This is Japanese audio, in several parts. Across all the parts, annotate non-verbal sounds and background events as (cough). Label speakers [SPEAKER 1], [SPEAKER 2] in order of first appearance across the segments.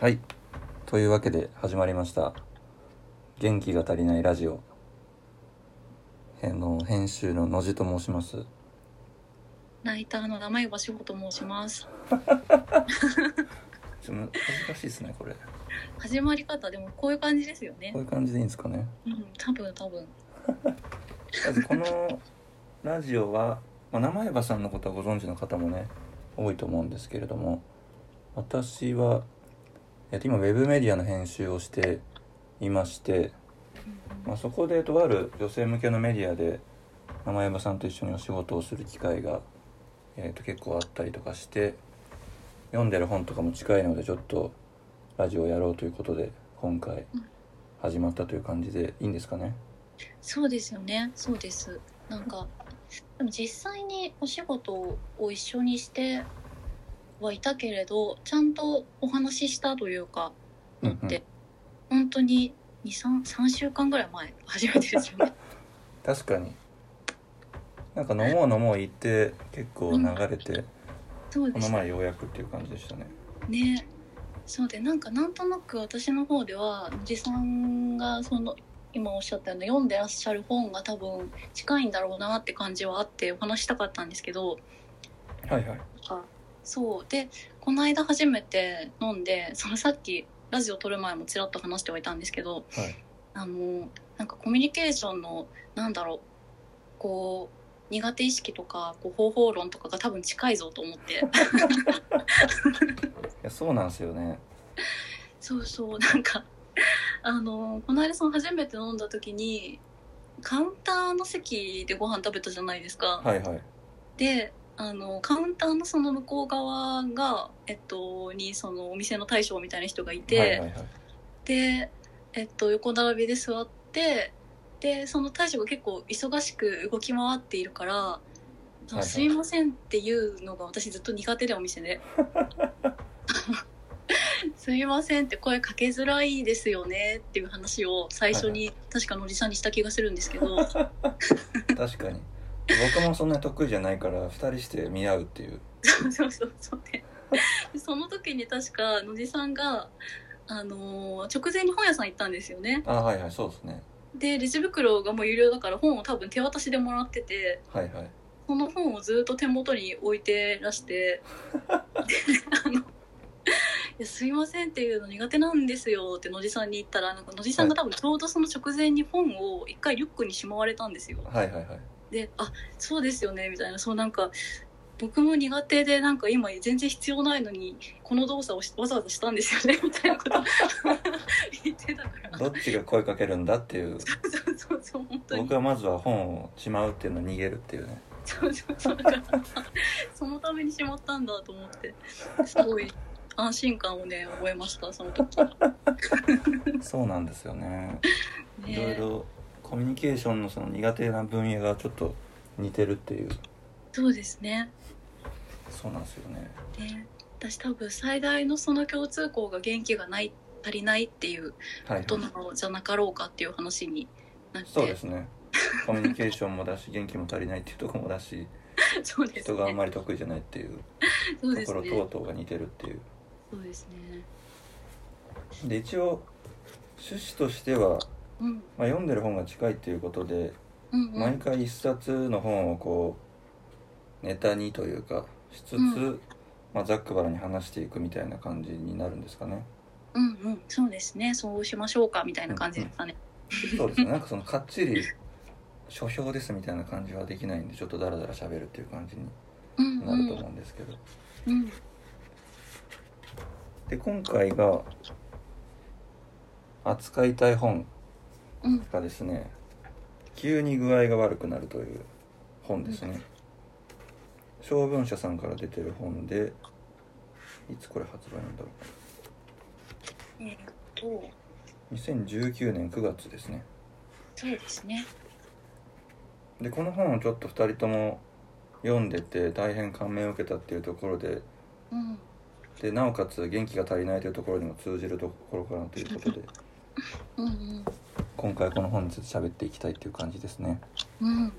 [SPEAKER 1] はい。というわけで始まりました。元気が足りないラジオ。あの、編集の野地と申します。
[SPEAKER 2] ライターの名岩志保と申します。
[SPEAKER 1] ちょっと恥ずかしいですね、これ。こ
[SPEAKER 2] 始まり方でもこういう感じですよね
[SPEAKER 1] うい。う感じでいいんですかね。
[SPEAKER 2] うん、多分多分。
[SPEAKER 1] まずこのラジオは、まあ、名前場さんのことはご存知の方もね多いと思うんですけれども私は、えっと、今ウェブメディアの編集をしていまして、まあ、そこでとある女性向けのメディアで名前場さんと一緒にお仕事をする機会が、えっと、結構あったりとかして読んでる本とかも近いのでちょっとラジオをやろうということで今回
[SPEAKER 2] うん
[SPEAKER 1] 始まったという感じでいいんですかね
[SPEAKER 2] そうですよね。そうです。なんかでも実際にお仕事を一緒にしてはいたけれど、ちゃんとお話ししたというかのって、本当に二三三週間ぐらい前初めてですよね。
[SPEAKER 1] 確かになんか飲もう飲もう言って結構流れて
[SPEAKER 2] そう
[SPEAKER 1] こ
[SPEAKER 2] で
[SPEAKER 1] の
[SPEAKER 2] すね
[SPEAKER 1] 前ようやくっていう感じでしたね
[SPEAKER 2] ねそうでなんかなんとなく私の方ではおじさんがその今おっしゃったような読んでらっしゃる本が多分近いんだろうなって感じはあってお話したかったんですけど
[SPEAKER 1] はいはい
[SPEAKER 2] そうでこの間初めて飲んでそのさっきラジオ撮る前もちらっと話してはいたんですけど
[SPEAKER 1] はい
[SPEAKER 2] あのなんかコミュニケーションのなんだろうこう苦手意識とかこう方法論とかが多分近いぞと思って。
[SPEAKER 1] いやそうなんですよね
[SPEAKER 2] そうそうなんか (laughs) あのこの間その初めて飲んだ時にカウンターの席でご飯食べたじゃないですか、
[SPEAKER 1] はいはい
[SPEAKER 2] であのカウンターのその向こう側が、えっと、にそのお店の大将みたいな人がいて、
[SPEAKER 1] はいはいはい
[SPEAKER 2] で、えっと、横並びで座ってでその大将が結構忙しく動き回っているから「
[SPEAKER 1] いはい
[SPEAKER 2] すいません」っていうのが私ずっと苦手でお
[SPEAKER 1] (laughs)
[SPEAKER 2] 店で「すいません」って声かけづらいですよねっていう話を最初に確かのりさんにした気がするんですけど
[SPEAKER 1] 確かに僕もそんなに得意じゃないから2人して見合うっていう
[SPEAKER 2] そうそうそうねでその時に確かのりさんが、あのー直前に本屋さん行ったんですよね
[SPEAKER 1] あはいはいそうですね
[SPEAKER 2] でレジ袋がもう有料だから本を多分手渡しでもらってて
[SPEAKER 1] はいはい
[SPEAKER 2] その本をずっと手元に置いてらして「であのいやすいません」っていうの苦手なんですよって野地さんに言ったらなんか野地さんが多分ちょうどその直前に本を一回リュックにしまわれたんですよ。
[SPEAKER 1] はいはいはい
[SPEAKER 2] で「あそうですよね」みたいなそうなんか僕も苦手でなんか今全然必要ないのにこの動作をしわざわざしたんですよねみたいなこと (laughs) 言ってたから
[SPEAKER 1] どっちが声かけるんだっていう
[SPEAKER 2] そうそうそう本当に
[SPEAKER 1] 僕はまずは本をしまうっていうのを逃げるっていうね
[SPEAKER 2] そうそうそうだからそのためにしまったんだと思ってすごい安心感をね覚えましたその時は
[SPEAKER 1] そうなんですよね
[SPEAKER 2] ね
[SPEAKER 1] いろいろコミュニケーションのその苦手な分野がちょっと似てるっていう
[SPEAKER 2] そうですね
[SPEAKER 1] そうなんですよね
[SPEAKER 2] ね私多分最大のその共通項が元気がない足りないっていう
[SPEAKER 1] はい、は
[SPEAKER 2] こ
[SPEAKER 1] い、
[SPEAKER 2] となのじゃなかろうかっていう話になって
[SPEAKER 1] そうですねコミュニケーションもだし元気も足りないっていうところもだし
[SPEAKER 2] そうですね
[SPEAKER 1] 人があんまり得意じゃないっていう
[SPEAKER 2] そ
[SPEAKER 1] と
[SPEAKER 2] うです
[SPEAKER 1] ころ
[SPEAKER 2] ね
[SPEAKER 1] 等々が似てるっていう
[SPEAKER 2] そうですね
[SPEAKER 1] で一応趣旨としては、
[SPEAKER 2] うん
[SPEAKER 1] まあ、読んでる本が近いっていうことで
[SPEAKER 2] うんうん
[SPEAKER 1] 毎回一冊の本をこうネタにというかしつつ、
[SPEAKER 2] うん
[SPEAKER 1] まあ、ざっくばらに話していくみたいな感じになるんですかね。
[SPEAKER 2] うんうんそうですねそうしましょうかみたいな感じですかね
[SPEAKER 1] そうですね。なんかそのかっちり書評ですみたいな感じはできないんで、ちょっとダラダラ喋るっていう感じに
[SPEAKER 2] うん
[SPEAKER 1] なると思うんですけど。
[SPEAKER 2] うん
[SPEAKER 1] で、今回が扱いたい本
[SPEAKER 2] うん
[SPEAKER 1] がですね、急に具合が悪くなるという本ですね。小文社さんから出てる本で、いつこれ発売なんだろ
[SPEAKER 2] えーっと
[SPEAKER 1] う。2019年9月ですね。
[SPEAKER 2] そうですね
[SPEAKER 1] でこの本をちょっと2人とも読んでて大変感銘を受けたっていうところで
[SPEAKER 2] うん
[SPEAKER 1] でなおかつ元気が足りないというところにも通じるところかなということで
[SPEAKER 2] うんうん
[SPEAKER 1] 今回この本について喋っていきたいっていう感じですね
[SPEAKER 2] うん、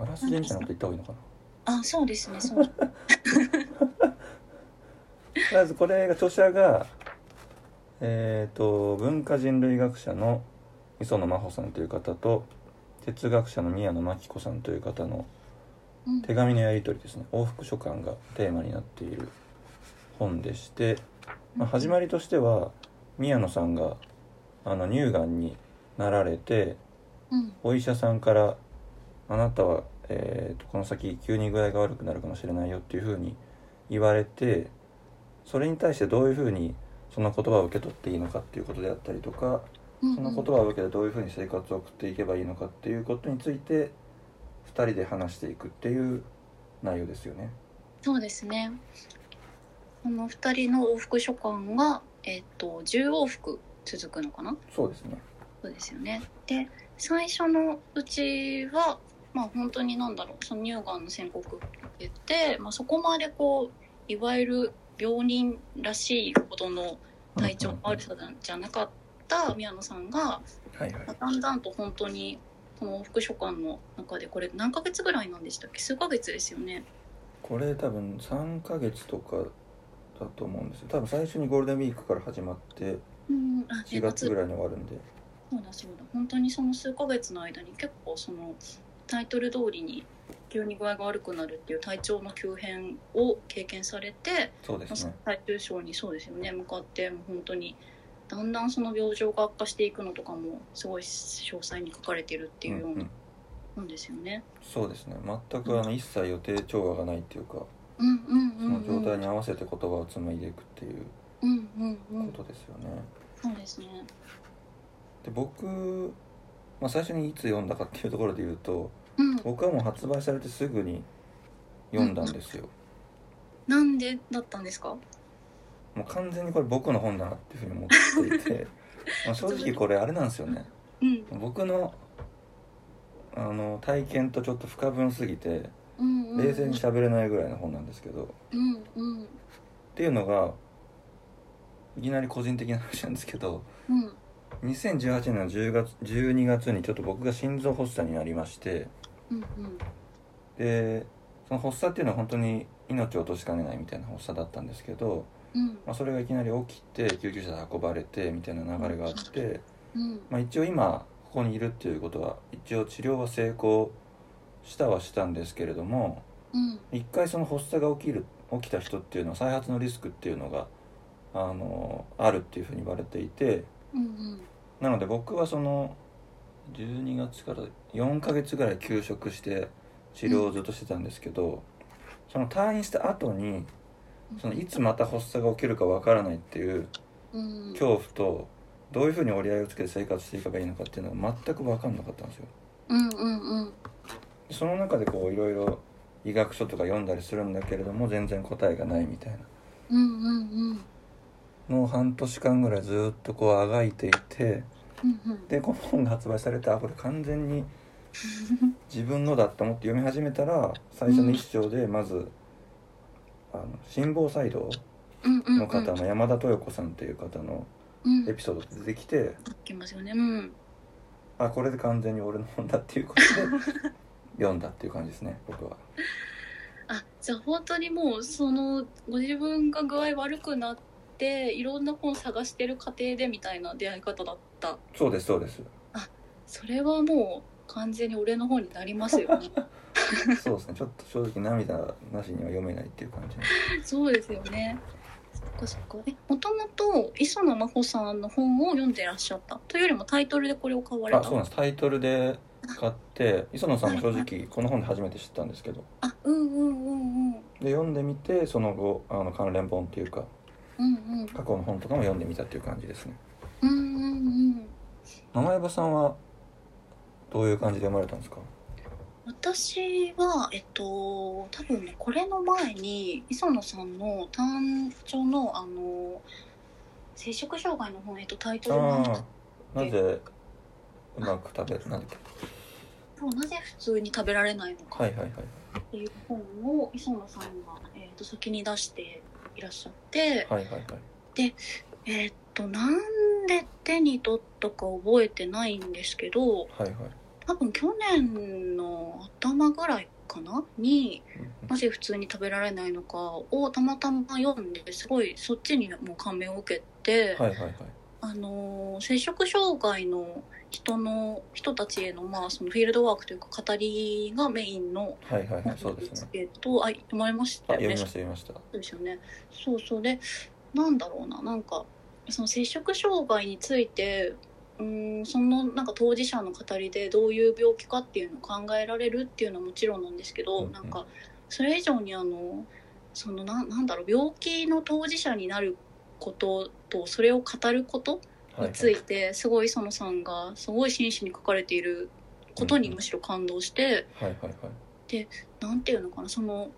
[SPEAKER 1] あらす (laughs) じみたいなこと言った方がいいのか
[SPEAKER 2] あそうですねそう
[SPEAKER 1] まずこれが著者がえっ、と文化人類学者の磯野真帆さんという方と哲学者の宮野真紀子さんという方の
[SPEAKER 2] うん
[SPEAKER 1] 手紙のやり取りですね往復書簡がテーマになっている本でして、まあ、始まりとしては宮野さんがあの乳がんになられて
[SPEAKER 2] うん
[SPEAKER 1] お医者さんから「あなたは、えーとこの先急に具合が悪くなるかもしれないよ」っていうふうに言われてそれに対してどういうふうにその言葉を受け取っていいのかっていうことであったりとか
[SPEAKER 2] うん
[SPEAKER 1] その言葉を受けてどういうふうに生活を送っていけばいいのかっていうことについて2人で話していくっていう内容ですよね。
[SPEAKER 2] そうですねこの2人の往復書簡がえっと10往復続くのかな
[SPEAKER 1] そうですね。
[SPEAKER 2] そうですよね。で最初のうちはまあ本当に何だろうその乳がんの宣告って言って、まあ、そこまでこういわゆる病人らしいほどの体調の悪さじゃなかった宮野さんが、
[SPEAKER 1] はいはい
[SPEAKER 2] まあ、だんだんと本当にその副書館の中でこれ何ヶ月ぐらいなんでしたっけ数ヶ月ですよね。
[SPEAKER 1] これ多分3ヶ月とかだと思うんですよ多分最初にゴールデンウィークから始まって
[SPEAKER 2] うん、あ
[SPEAKER 1] 4月ぐら
[SPEAKER 2] 夏
[SPEAKER 1] いに終わるんで
[SPEAKER 2] そうだそうだ本当にその数ヶ月の間に結構そのタイトル通りに急に具合が悪くなるっていう体調の急変を経験されて、
[SPEAKER 1] そうで
[SPEAKER 2] ま
[SPEAKER 1] すね
[SPEAKER 2] あ最終章にそうですよね向かってもう本当にだんだんその病状が悪化していくのとかもすごい詳細に書かれてるっていうよ
[SPEAKER 1] ん、
[SPEAKER 2] うなん本ですよね。
[SPEAKER 1] そうですね全くあの一切予定調和がないっていうか
[SPEAKER 2] うんうん
[SPEAKER 1] そうの
[SPEAKER 2] んう
[SPEAKER 1] 状
[SPEAKER 2] ん
[SPEAKER 1] 態に合わせて言葉を紡いでいくっていう
[SPEAKER 2] うんうんう
[SPEAKER 1] こ
[SPEAKER 2] ん
[SPEAKER 1] とですよね
[SPEAKER 2] そうですね。
[SPEAKER 1] で僕、まあ、最初にいつ読んだかっていうところで言うと
[SPEAKER 2] うん
[SPEAKER 1] 僕はもう発売されてすぐに読んだんですよ
[SPEAKER 2] なんでだったんですか？
[SPEAKER 1] もう完全にこれ僕の本だなっていうふうに思ってい
[SPEAKER 2] (laughs)
[SPEAKER 1] てまあ正直これあれなんですよね
[SPEAKER 2] うん
[SPEAKER 1] 僕のあの体験とちょっと不可分すぎて
[SPEAKER 2] うんうんうん
[SPEAKER 1] 冷静に喋れないぐらいの本なんですけど、っ
[SPEAKER 2] うんうん
[SPEAKER 1] ていうのがいきなり個人的な話なんですけど
[SPEAKER 2] うん
[SPEAKER 1] 2018年の10月12月にちょっと僕が心臓発作になりまして
[SPEAKER 2] うんうん
[SPEAKER 1] でその発作っていうのは本当に命を落としかねないみたいな発作だったんですけど、
[SPEAKER 2] うん
[SPEAKER 1] まあ、それがいきなり起きて救急車で運ばれてみたいな流れがあって、
[SPEAKER 2] うん
[SPEAKER 1] まあ、一応今ここにいるっていうことは一応治療は成功したはしたんですけれども
[SPEAKER 2] うん
[SPEAKER 1] 一回その発作が起きる起きた人っていうのは再発のリスクっていうのがあのあるっていうふうに言われていて
[SPEAKER 2] うん
[SPEAKER 1] なので僕はその12月から4ヶ月ぐらい休職して治療をずっとしてたんですけど、その退院した後に
[SPEAKER 2] うん
[SPEAKER 1] そのいつまた発作が起きるかわからないっていう
[SPEAKER 2] うん
[SPEAKER 1] 恐怖とどういうふうに折り合いをつけて生活していけばいいのかっていうのは全く分かんなかったんですよ。
[SPEAKER 2] うんうんうん
[SPEAKER 1] その中でこういろいろ医学書とか読んだりするんだけれども全然答えがないみたいな
[SPEAKER 2] うんうんうん
[SPEAKER 1] のを半年間ぐらいずっとこうあがいていて
[SPEAKER 2] うんうん
[SPEAKER 1] でこの本が発売されてあこれ完全
[SPEAKER 2] (laughs)
[SPEAKER 1] に自分のだって思って読み始めたら最初の一章でまず、あの心房細動
[SPEAKER 2] うんうん
[SPEAKER 1] の方の山田豊子さんという方の
[SPEAKER 2] うん
[SPEAKER 1] エピソードが出てきて
[SPEAKER 2] 書きますよねうん
[SPEAKER 1] あこれで完全に俺の本だっていう
[SPEAKER 2] (laughs)
[SPEAKER 1] ことで読んだっていう感じですね僕は。
[SPEAKER 2] あじゃあ本当にもうそのご自分が具合悪くなっていろんな本探してる過程でみたいな出会い方だった
[SPEAKER 1] そうですそうです
[SPEAKER 2] それはもう完全に俺の方になりますよね
[SPEAKER 1] そうですねちょっと正直涙なしには読めないっていう感じ
[SPEAKER 2] そうですよねそっかそっかえもともと磯野真帆さんの本を読んでらっしゃったというよりもタイトルでこれを買われた
[SPEAKER 1] あそうなんですタイトルで買って磯野さんも正直この本で初めて知ったんですけど
[SPEAKER 2] あうんうんうんうん
[SPEAKER 1] で読んでみてその後あの関連本っていうか
[SPEAKER 2] うんうん
[SPEAKER 1] 過去の本とかも読んでみたっていう感じですね
[SPEAKER 2] うんうんうん
[SPEAKER 1] 名前場さんはどういう感じで読まれたんですか
[SPEAKER 2] 私はえっと多分ねこれの前に磯野さんの単調のあの摂食障害の本、えっと、タイトル
[SPEAKER 1] あ
[SPEAKER 2] が
[SPEAKER 1] あなぜうまく食べなんだっけ
[SPEAKER 2] 「そうなぜ普通に食べられないのか」
[SPEAKER 1] は
[SPEAKER 2] っ
[SPEAKER 1] いはいはい
[SPEAKER 2] ていう本を磯野さんが、えっと、先に出していらっしゃって、
[SPEAKER 1] はいはいはい
[SPEAKER 2] えっとなんで手に取ったか覚えてないんですけど
[SPEAKER 1] はいはい
[SPEAKER 2] 多分去年の頭ぐらいかなになぜ普通に食べられないのかをたまたま読んですごいそっちにも感銘を受けて、
[SPEAKER 1] はいはいはい
[SPEAKER 2] あのー摂食障害の人の人たちへの,、まあそのフィールドワークというか語りがメインの
[SPEAKER 1] はいはいはいそう
[SPEAKER 2] で
[SPEAKER 1] です
[SPEAKER 2] す
[SPEAKER 1] ね
[SPEAKER 2] けど、あ読まれまし
[SPEAKER 1] あ
[SPEAKER 2] たよ
[SPEAKER 1] 読
[SPEAKER 2] ね
[SPEAKER 1] みました読みました
[SPEAKER 2] そうですよね。そうそうで、なんだろうな、なんか、その摂食障害について、うーん、そのなんか当事者の語りでどういう病気かっていうのを考えられるっていうのはもちろんなんですけど、
[SPEAKER 1] うんうん
[SPEAKER 2] なんか、それ以上にあの、そのな、なんだろう、病気の当事者になることと、それを語ること
[SPEAKER 1] は
[SPEAKER 2] に
[SPEAKER 1] い
[SPEAKER 2] ついて、すごい磯野さんが、すごい真摯に書かれていることに
[SPEAKER 1] うんうん
[SPEAKER 2] むしろ感動して、
[SPEAKER 1] はいはいはい
[SPEAKER 2] なんていうのかなその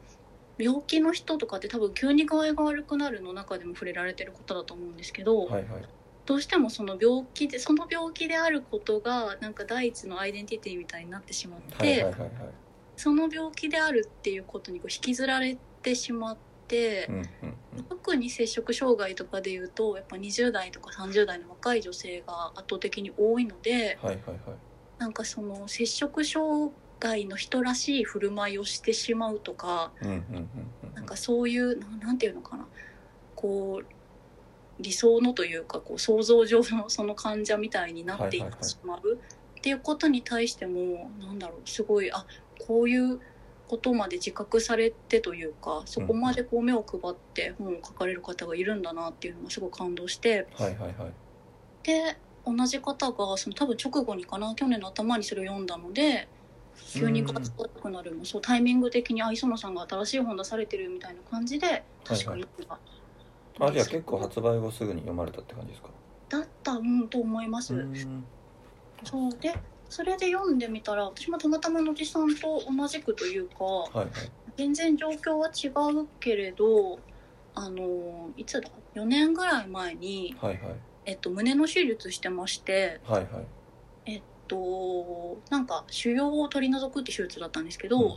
[SPEAKER 2] 病気の人とかって多分急に具合が悪くなるの中でも触れられてることだと思うんですけど、
[SPEAKER 1] はいはい
[SPEAKER 2] どうしてもその病気でその病気であることがなんか第一のアイデンティティみたいになってしまって、
[SPEAKER 1] はいはいはいはい
[SPEAKER 2] その病気であるっていうことにこう引きずられてしまって
[SPEAKER 1] う、んうんうん
[SPEAKER 2] 特に摂食障害とかでいうとやっぱ20代とか30代の若い女性が圧倒的に多いので
[SPEAKER 1] はいはいはい
[SPEAKER 2] なんかその摂食障害の人らしい振る舞いをしてしまうとか。
[SPEAKER 1] うんうんうんうん
[SPEAKER 2] なんかそういうななんていうのかなこう理想のというかこう想像上のその患者みたいになってい
[SPEAKER 1] はいはい
[SPEAKER 2] っ
[SPEAKER 1] は
[SPEAKER 2] て
[SPEAKER 1] い
[SPEAKER 2] しまうっていうことに対してもなんだろうすごいあこういうことまで自覚されてというかそこまでこう目を配って本を書かれる方がいるんだなっていうのがすごい感動して
[SPEAKER 1] はいはいはい
[SPEAKER 2] で同じ方がその多分直後にかな去年の頭にそれを読んだので急にガツくなるのそうタイミング的にあ磯野さんが新しい本出されてるみたいな感じで確かに、
[SPEAKER 1] あじゃあ結構発売後すぐに読まれたって感じですか
[SPEAKER 2] だったうんと思います、
[SPEAKER 1] うん
[SPEAKER 2] そうでそれで読んでみたら私もたまたまのじさんと同じくというか
[SPEAKER 1] はいはい
[SPEAKER 2] 全然状況は違うけれどあのいつだ4年ぐらい前に、
[SPEAKER 1] はいはい
[SPEAKER 2] えっと、胸の手術してまして
[SPEAKER 1] はいはい
[SPEAKER 2] となんか腫瘍を取り除くって手術だったんですけど、
[SPEAKER 1] うんうんう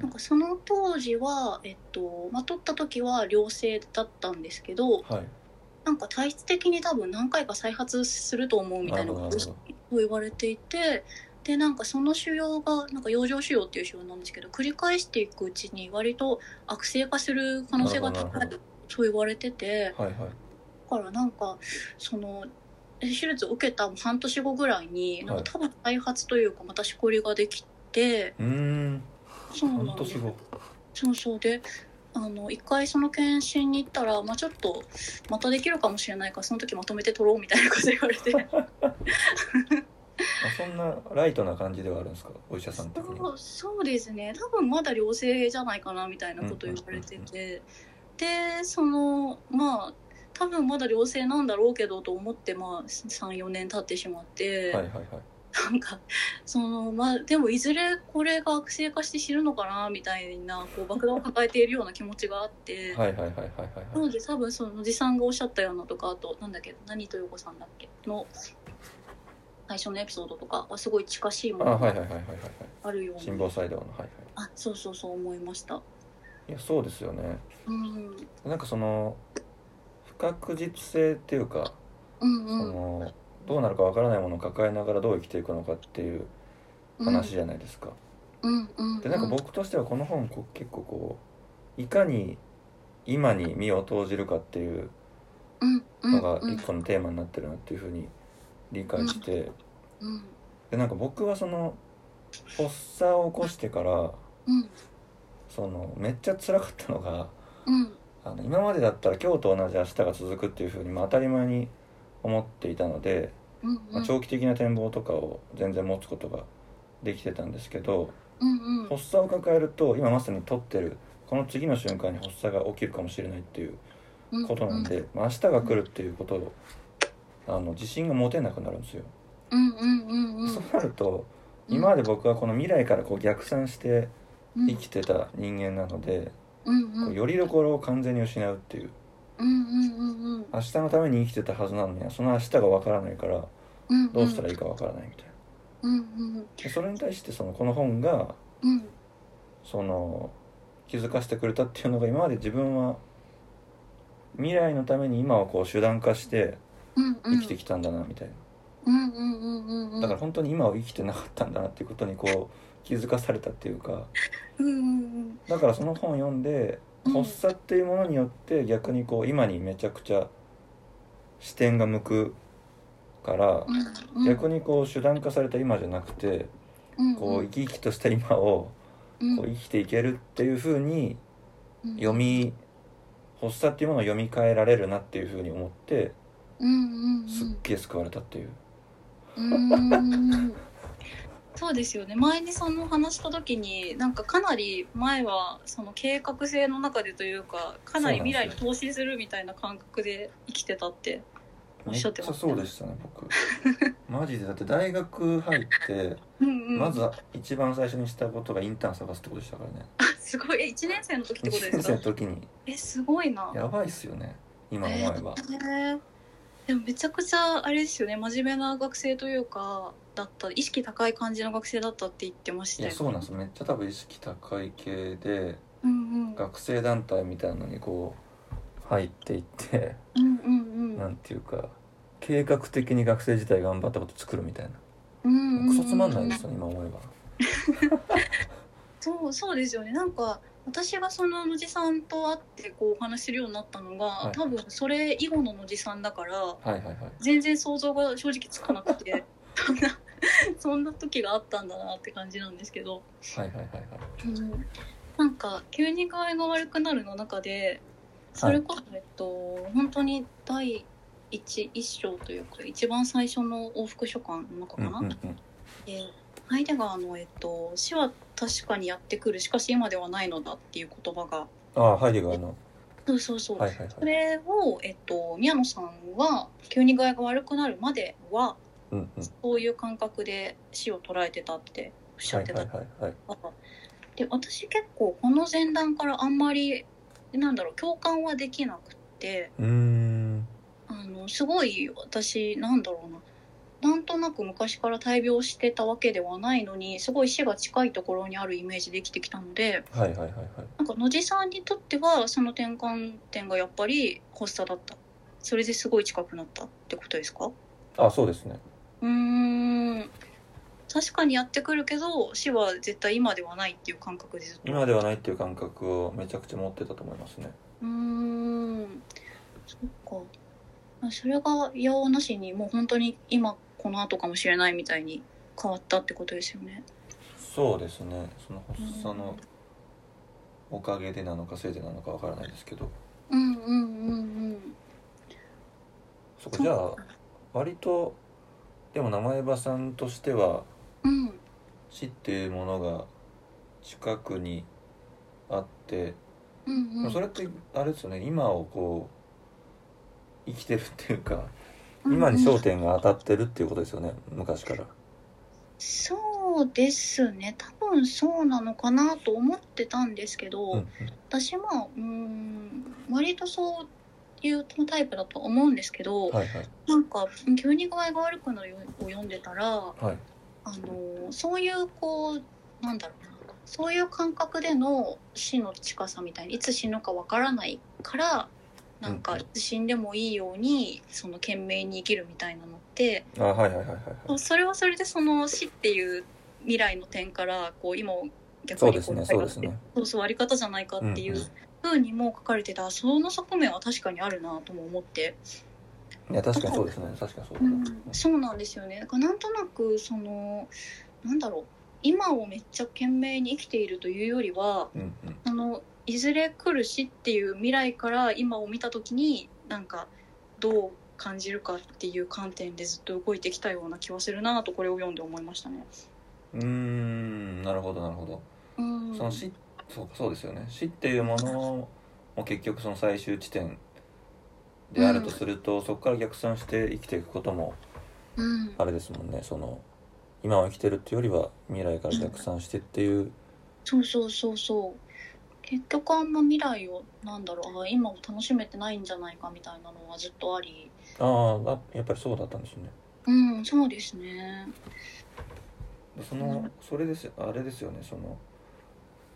[SPEAKER 2] なん
[SPEAKER 1] ん
[SPEAKER 2] かその当時は、えっとまあ、取った時は良性だったんですけど
[SPEAKER 1] はい
[SPEAKER 2] なんか体質的に多分何回か再発すると思うみたいなこと
[SPEAKER 1] なるほど
[SPEAKER 2] を言われていてでなんかその腫瘍がなんか養生腫瘍っていう腫瘍なんですけど繰り返していくうちに割と悪性化する可能性が高
[SPEAKER 1] なるほどないる
[SPEAKER 2] そう言われてて
[SPEAKER 1] はいはい
[SPEAKER 2] だからなんかその手術を受けた半年後ぐらいになんか多分再発というかまたしこりができて、
[SPEAKER 1] うーん
[SPEAKER 2] そう
[SPEAKER 1] ほ
[SPEAKER 2] なん
[SPEAKER 1] んと
[SPEAKER 2] ですす
[SPEAKER 1] ごい
[SPEAKER 2] そうそうであの一回その検診に行ったら、まあ、ちょっとまたできるかもしれないからその時まとめて取ろうみたいなこと言われて
[SPEAKER 1] あそんなライトな感じではあるんですかお医者さん
[SPEAKER 2] そ
[SPEAKER 1] 的には
[SPEAKER 2] うそうですね多分まだ良性じゃないかなみたいなこと言われててでそのまあ多分まだ良性なんだろうけどと思って、まあ、34年経ってしまって、
[SPEAKER 1] はいはいはい
[SPEAKER 2] なんかそのまあでもいずれこれが悪性化して死ぬのかなみたいなこう爆弾を抱えているような気持ちがあって。
[SPEAKER 1] はいはいはいはいはい
[SPEAKER 2] な
[SPEAKER 1] はい
[SPEAKER 2] ので多分そのおじさんがおっしゃったようなとかあとなんだっけ何とよこさんだっけの最初のエピソードとかはすごい近しいも
[SPEAKER 1] あ
[SPEAKER 2] の
[SPEAKER 1] はいはい
[SPEAKER 2] が
[SPEAKER 1] はいはいはいはい
[SPEAKER 2] あるよう
[SPEAKER 1] 心
[SPEAKER 2] に
[SPEAKER 1] 房細動のはいはい
[SPEAKER 2] あそうそうそう思いました
[SPEAKER 1] いやそうですよね
[SPEAKER 2] うん
[SPEAKER 1] なんかその不確実性っていうか
[SPEAKER 2] うん
[SPEAKER 1] そ
[SPEAKER 2] うん
[SPEAKER 1] のどうなるかわからないものを抱えながらどう生きていくのかっていう話じゃないですか。
[SPEAKER 2] うんうん
[SPEAKER 1] でなんか僕としてはこの本こう結構こういかに今に身を投じるかっていうのが一個のテーマになってるなっていうふうに理解して
[SPEAKER 2] うんうん
[SPEAKER 1] でなんか僕はその発作を起こしてから
[SPEAKER 2] うん
[SPEAKER 1] そのめっちゃ辛かったのが
[SPEAKER 2] うん
[SPEAKER 1] あの今までだったら今日と同じ明日が続くっていうふうにまあ当たり前に思っていたので。
[SPEAKER 2] うん
[SPEAKER 1] まあ長期的な展望とかを全然持つことができてたんですけど
[SPEAKER 2] うんうん
[SPEAKER 1] 発作を抱えると今まさに取ってるこの次の瞬間に発作が起きるかもしれないっていう
[SPEAKER 2] うん
[SPEAKER 1] ことなんで、まあ、明日が来るっていうことをあの自信が持てなくなるんですよ。
[SPEAKER 2] うんうんうんうん
[SPEAKER 1] そうなると今まで僕はこの未来からこう逆算して
[SPEAKER 2] うん
[SPEAKER 1] 生きてた人間なので、
[SPEAKER 2] うんうん
[SPEAKER 1] こうよりどころを完全に失うっていう
[SPEAKER 2] うんうんうんうん
[SPEAKER 1] 明日のために生きてたはずなのにその明日がわからないから
[SPEAKER 2] うん
[SPEAKER 1] どうしたらいいかわからないみたいな。
[SPEAKER 2] うんうん
[SPEAKER 1] でそれに対してそのこの本が
[SPEAKER 2] うん
[SPEAKER 1] その気づかせてくれたっていうのが今まで自分は未来のために今をこう手段化して
[SPEAKER 2] うんう
[SPEAKER 1] 生
[SPEAKER 2] ん
[SPEAKER 1] きてきたんだなみたいな、
[SPEAKER 2] うんうんうんうんうん
[SPEAKER 1] だから本当に今を生きてなかったんだなっていうことにこう気づかされたっていうか
[SPEAKER 2] うんうん
[SPEAKER 1] だからその本を読んで
[SPEAKER 2] うん
[SPEAKER 1] 発作っていうものによって逆にこう今にめちゃくちゃ視点が向くから
[SPEAKER 2] うんうん
[SPEAKER 1] 逆にこう手段化された今じゃなくて
[SPEAKER 2] うん
[SPEAKER 1] こう生き生きとした今を
[SPEAKER 2] うん
[SPEAKER 1] こう生きていけるっていう風に
[SPEAKER 2] うん
[SPEAKER 1] 読み発作っていうものを読み替えられるなっていう風に思って
[SPEAKER 2] うんうんうん
[SPEAKER 1] すっげえ救われたっていう。
[SPEAKER 2] うーんそうですよね前にその話した時になんかかなり前はその計画性の中でというかかなり未来に投資するみたいな感覚で生きてたっておっ
[SPEAKER 1] めっ
[SPEAKER 2] し
[SPEAKER 1] ち
[SPEAKER 2] ゃって
[SPEAKER 1] ゃ
[SPEAKER 2] ました
[SPEAKER 1] そ
[SPEAKER 2] ね
[SPEAKER 1] うでしたね僕
[SPEAKER 2] (laughs)
[SPEAKER 1] マジでだって大学入って
[SPEAKER 2] うんうん
[SPEAKER 1] まず一番最初にしたことがインターン探すってことでしたからね
[SPEAKER 2] あすごいえ1年生の時ってことで
[SPEAKER 1] 1年
[SPEAKER 2] す
[SPEAKER 1] 生の
[SPEAKER 2] か
[SPEAKER 1] 時に
[SPEAKER 2] えすごいな
[SPEAKER 1] やばいっすよね今思えば、
[SPEAKER 2] えーでもめちゃくちゃあれですよね真面目な学生というかだった意識高い感じの学生だったって言ってました
[SPEAKER 1] い
[SPEAKER 2] よ
[SPEAKER 1] やそうなんですめっちゃ多分意識高い系で
[SPEAKER 2] うんうん
[SPEAKER 1] 学生団体みたいなのにこう入っていって
[SPEAKER 2] うんうんうん
[SPEAKER 1] なんていうか計画的に学生自体頑張ったこと作るみたい
[SPEAKER 2] うん
[SPEAKER 1] な
[SPEAKER 2] うんうん
[SPEAKER 1] クソつまんないですよね今思えば
[SPEAKER 2] そうそうですよねなんか私がその野地さんと会ってこうお話しするようになったのが、
[SPEAKER 1] はい
[SPEAKER 2] 多分それ以後の野地さんだから
[SPEAKER 1] はいはいはい
[SPEAKER 2] 全然想像が正直つかなくて
[SPEAKER 1] (laughs)
[SPEAKER 2] そんなそんな時があったんだなって感じなんですけど、
[SPEAKER 1] はいはいはいはい
[SPEAKER 2] うんなんか急に具合が悪くなるの中でそれこそ、えっと本当に第一一章というか一番最初の往復書簡の中
[SPEAKER 1] う
[SPEAKER 2] か
[SPEAKER 1] ん
[SPEAKER 2] な、
[SPEAKER 1] うんうん
[SPEAKER 2] でハイデガーの、えっと「死は確かにやってくるしかし今ではないのだ」っていう言葉が
[SPEAKER 1] ああハイデガーの
[SPEAKER 2] そうそうそう、
[SPEAKER 1] はいはい
[SPEAKER 2] そ
[SPEAKER 1] はい
[SPEAKER 2] れを、えっと、宮野さんは急に具合が悪くなるまでは
[SPEAKER 1] うんうん
[SPEAKER 2] そういう感覚で死を捉えてたっておっしゃってた
[SPEAKER 1] はいはいはいはい
[SPEAKER 2] からで私結構この前段からあんまりなんだろう共感はできなくって
[SPEAKER 1] うーん
[SPEAKER 2] あのすごい私なんだろうななんとなく昔から大病してたわけではないのにすごい死が近いところにあるイメージできてきたので
[SPEAKER 1] はいはいはいはい
[SPEAKER 2] なんか野地さんにとってはその転換点がやっぱり発作だったそれですごい近くなったってことですか
[SPEAKER 1] あそうですね
[SPEAKER 2] うーん確かにやってくるけど死は絶対今ではないっていう感覚でずっと
[SPEAKER 1] 今ではないっていう感覚をめちゃくちゃ持ってたと思いますね
[SPEAKER 2] うーんそっかあそれがいやおなしにもう本当に今この後かもしれないみたいに変わったってことですよね
[SPEAKER 1] そうですねその発作のおかげでなのかせいでなのかわからないですけど
[SPEAKER 2] うんうんうんうん
[SPEAKER 1] そこじゃあ割とでも名前場さんとしては
[SPEAKER 2] うん
[SPEAKER 1] 死っていうものが近くにあって、
[SPEAKER 2] うんうん
[SPEAKER 1] それってあれですよね今をこう生きてるっていうか今に焦点が当たってるっていうことですよね昔から。
[SPEAKER 2] そうですね多分そうなのかなと思ってたんですけど、
[SPEAKER 1] うんうん
[SPEAKER 2] 私もうーん割とそういうタイプだと思うんですけど、
[SPEAKER 1] はいはい
[SPEAKER 2] なんか急に具合が悪くなるを読んでたら
[SPEAKER 1] はい
[SPEAKER 2] あのそういうこうなんだろうなそういう感覚での死の近さみたいにいつ死ぬかわからないからなん
[SPEAKER 1] うん
[SPEAKER 2] か
[SPEAKER 1] うん
[SPEAKER 2] いつ死んでもいいようにその懸命に生きるみたいなのって
[SPEAKER 1] あはいはいはいはいはい
[SPEAKER 2] それはそれでその死っていう未来の点からこう今を逆
[SPEAKER 1] そう
[SPEAKER 2] に
[SPEAKER 1] で
[SPEAKER 2] こ
[SPEAKER 1] すねそうですね
[SPEAKER 2] そうそうあり方じゃないかっていう
[SPEAKER 1] うんう
[SPEAKER 2] ふうにも書かれてたその側面は確かにあるなとも思って。
[SPEAKER 1] いや確かにそうですね確かにそう
[SPEAKER 2] う
[SPEAKER 1] だ、
[SPEAKER 2] ん、そうなんですよね。だからなんとなくそのなんだろう今をめっちゃ懸命に生きているというよりは
[SPEAKER 1] うんうん
[SPEAKER 2] あのいずれ来るしっていう未来から今を見た時になんかどう感じるかっていう観点でずっと動いてきたような気はするなとこれを読んで思いましたね。
[SPEAKER 1] うーんなるほどなるほど、
[SPEAKER 2] うん、
[SPEAKER 1] その死そうかそうですよね死っていうものも結局その最終地点であるとすると、そこから逆算して生きていくことも
[SPEAKER 2] うん
[SPEAKER 1] あれですもんねその今を生きてるっていうよりは未来から逆算してっていう、
[SPEAKER 2] そうそうそうそう結局あんま未来をなんだろうあ今を楽しめてないんじゃないかみたいなのはずっとあり
[SPEAKER 1] あーあやっぱりそうだったんですね
[SPEAKER 2] うんそうですね
[SPEAKER 1] そのそれですあれですよねその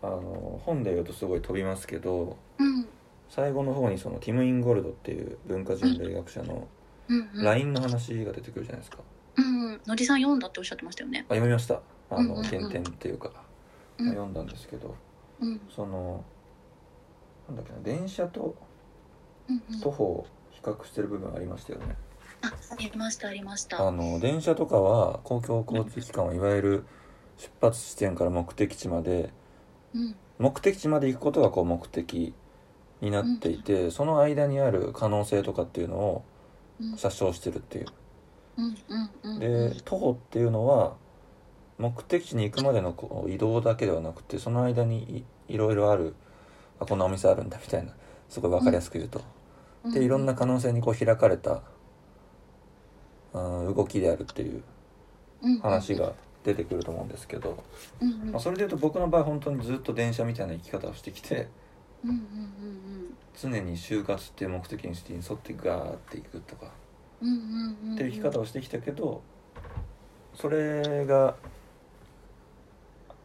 [SPEAKER 1] あの本で言うとすごい飛びますけど
[SPEAKER 2] うん
[SPEAKER 1] 最後の方にそのティム・インゴルドっていう文化人類学者の
[SPEAKER 2] うんうん
[SPEAKER 1] LINE の話が出てくるじゃないですか
[SPEAKER 2] うんうん、のりさん読んだっておっしゃってましたよね。
[SPEAKER 1] あ読みましたあの
[SPEAKER 2] うんうんうん
[SPEAKER 1] 原点っていうか、
[SPEAKER 2] うん
[SPEAKER 1] まあ読んだんですけど
[SPEAKER 2] うん
[SPEAKER 1] そのなんだっけな電車と
[SPEAKER 2] うんう
[SPEAKER 1] 徒
[SPEAKER 2] ん
[SPEAKER 1] 歩を比較してる部分ありましたよね。
[SPEAKER 2] あありましたありました
[SPEAKER 1] あの電車とかは公共交通機関はいわゆる出発地点から目的地まで
[SPEAKER 2] うん
[SPEAKER 1] 目的地まで行くことがこう目的になっていて、その間にある可能性とかっていうのを
[SPEAKER 2] うん
[SPEAKER 1] 殺傷してるっていう。
[SPEAKER 2] うんうんうん
[SPEAKER 1] で徒歩っていうのは目的地に行くまでのこう移動だけではなくてその間にいいろいろあるあこんなお店あるんだみたいなすごい分かりやすく言うと。
[SPEAKER 2] うん
[SPEAKER 1] でいろんな可能性にこう開かれた、うん、動きであるっていう話が出てくると思うんですけど、
[SPEAKER 2] うんうんうん
[SPEAKER 1] まあ、それで言うと僕の場合本当にずっと電車みたいな生き方をしてきて
[SPEAKER 2] うんうん
[SPEAKER 1] 常に就活っていう目的にして沿ってガーっていくとか
[SPEAKER 2] うんうんうんうんうん
[SPEAKER 1] っていう生き方をしてきたけどそれが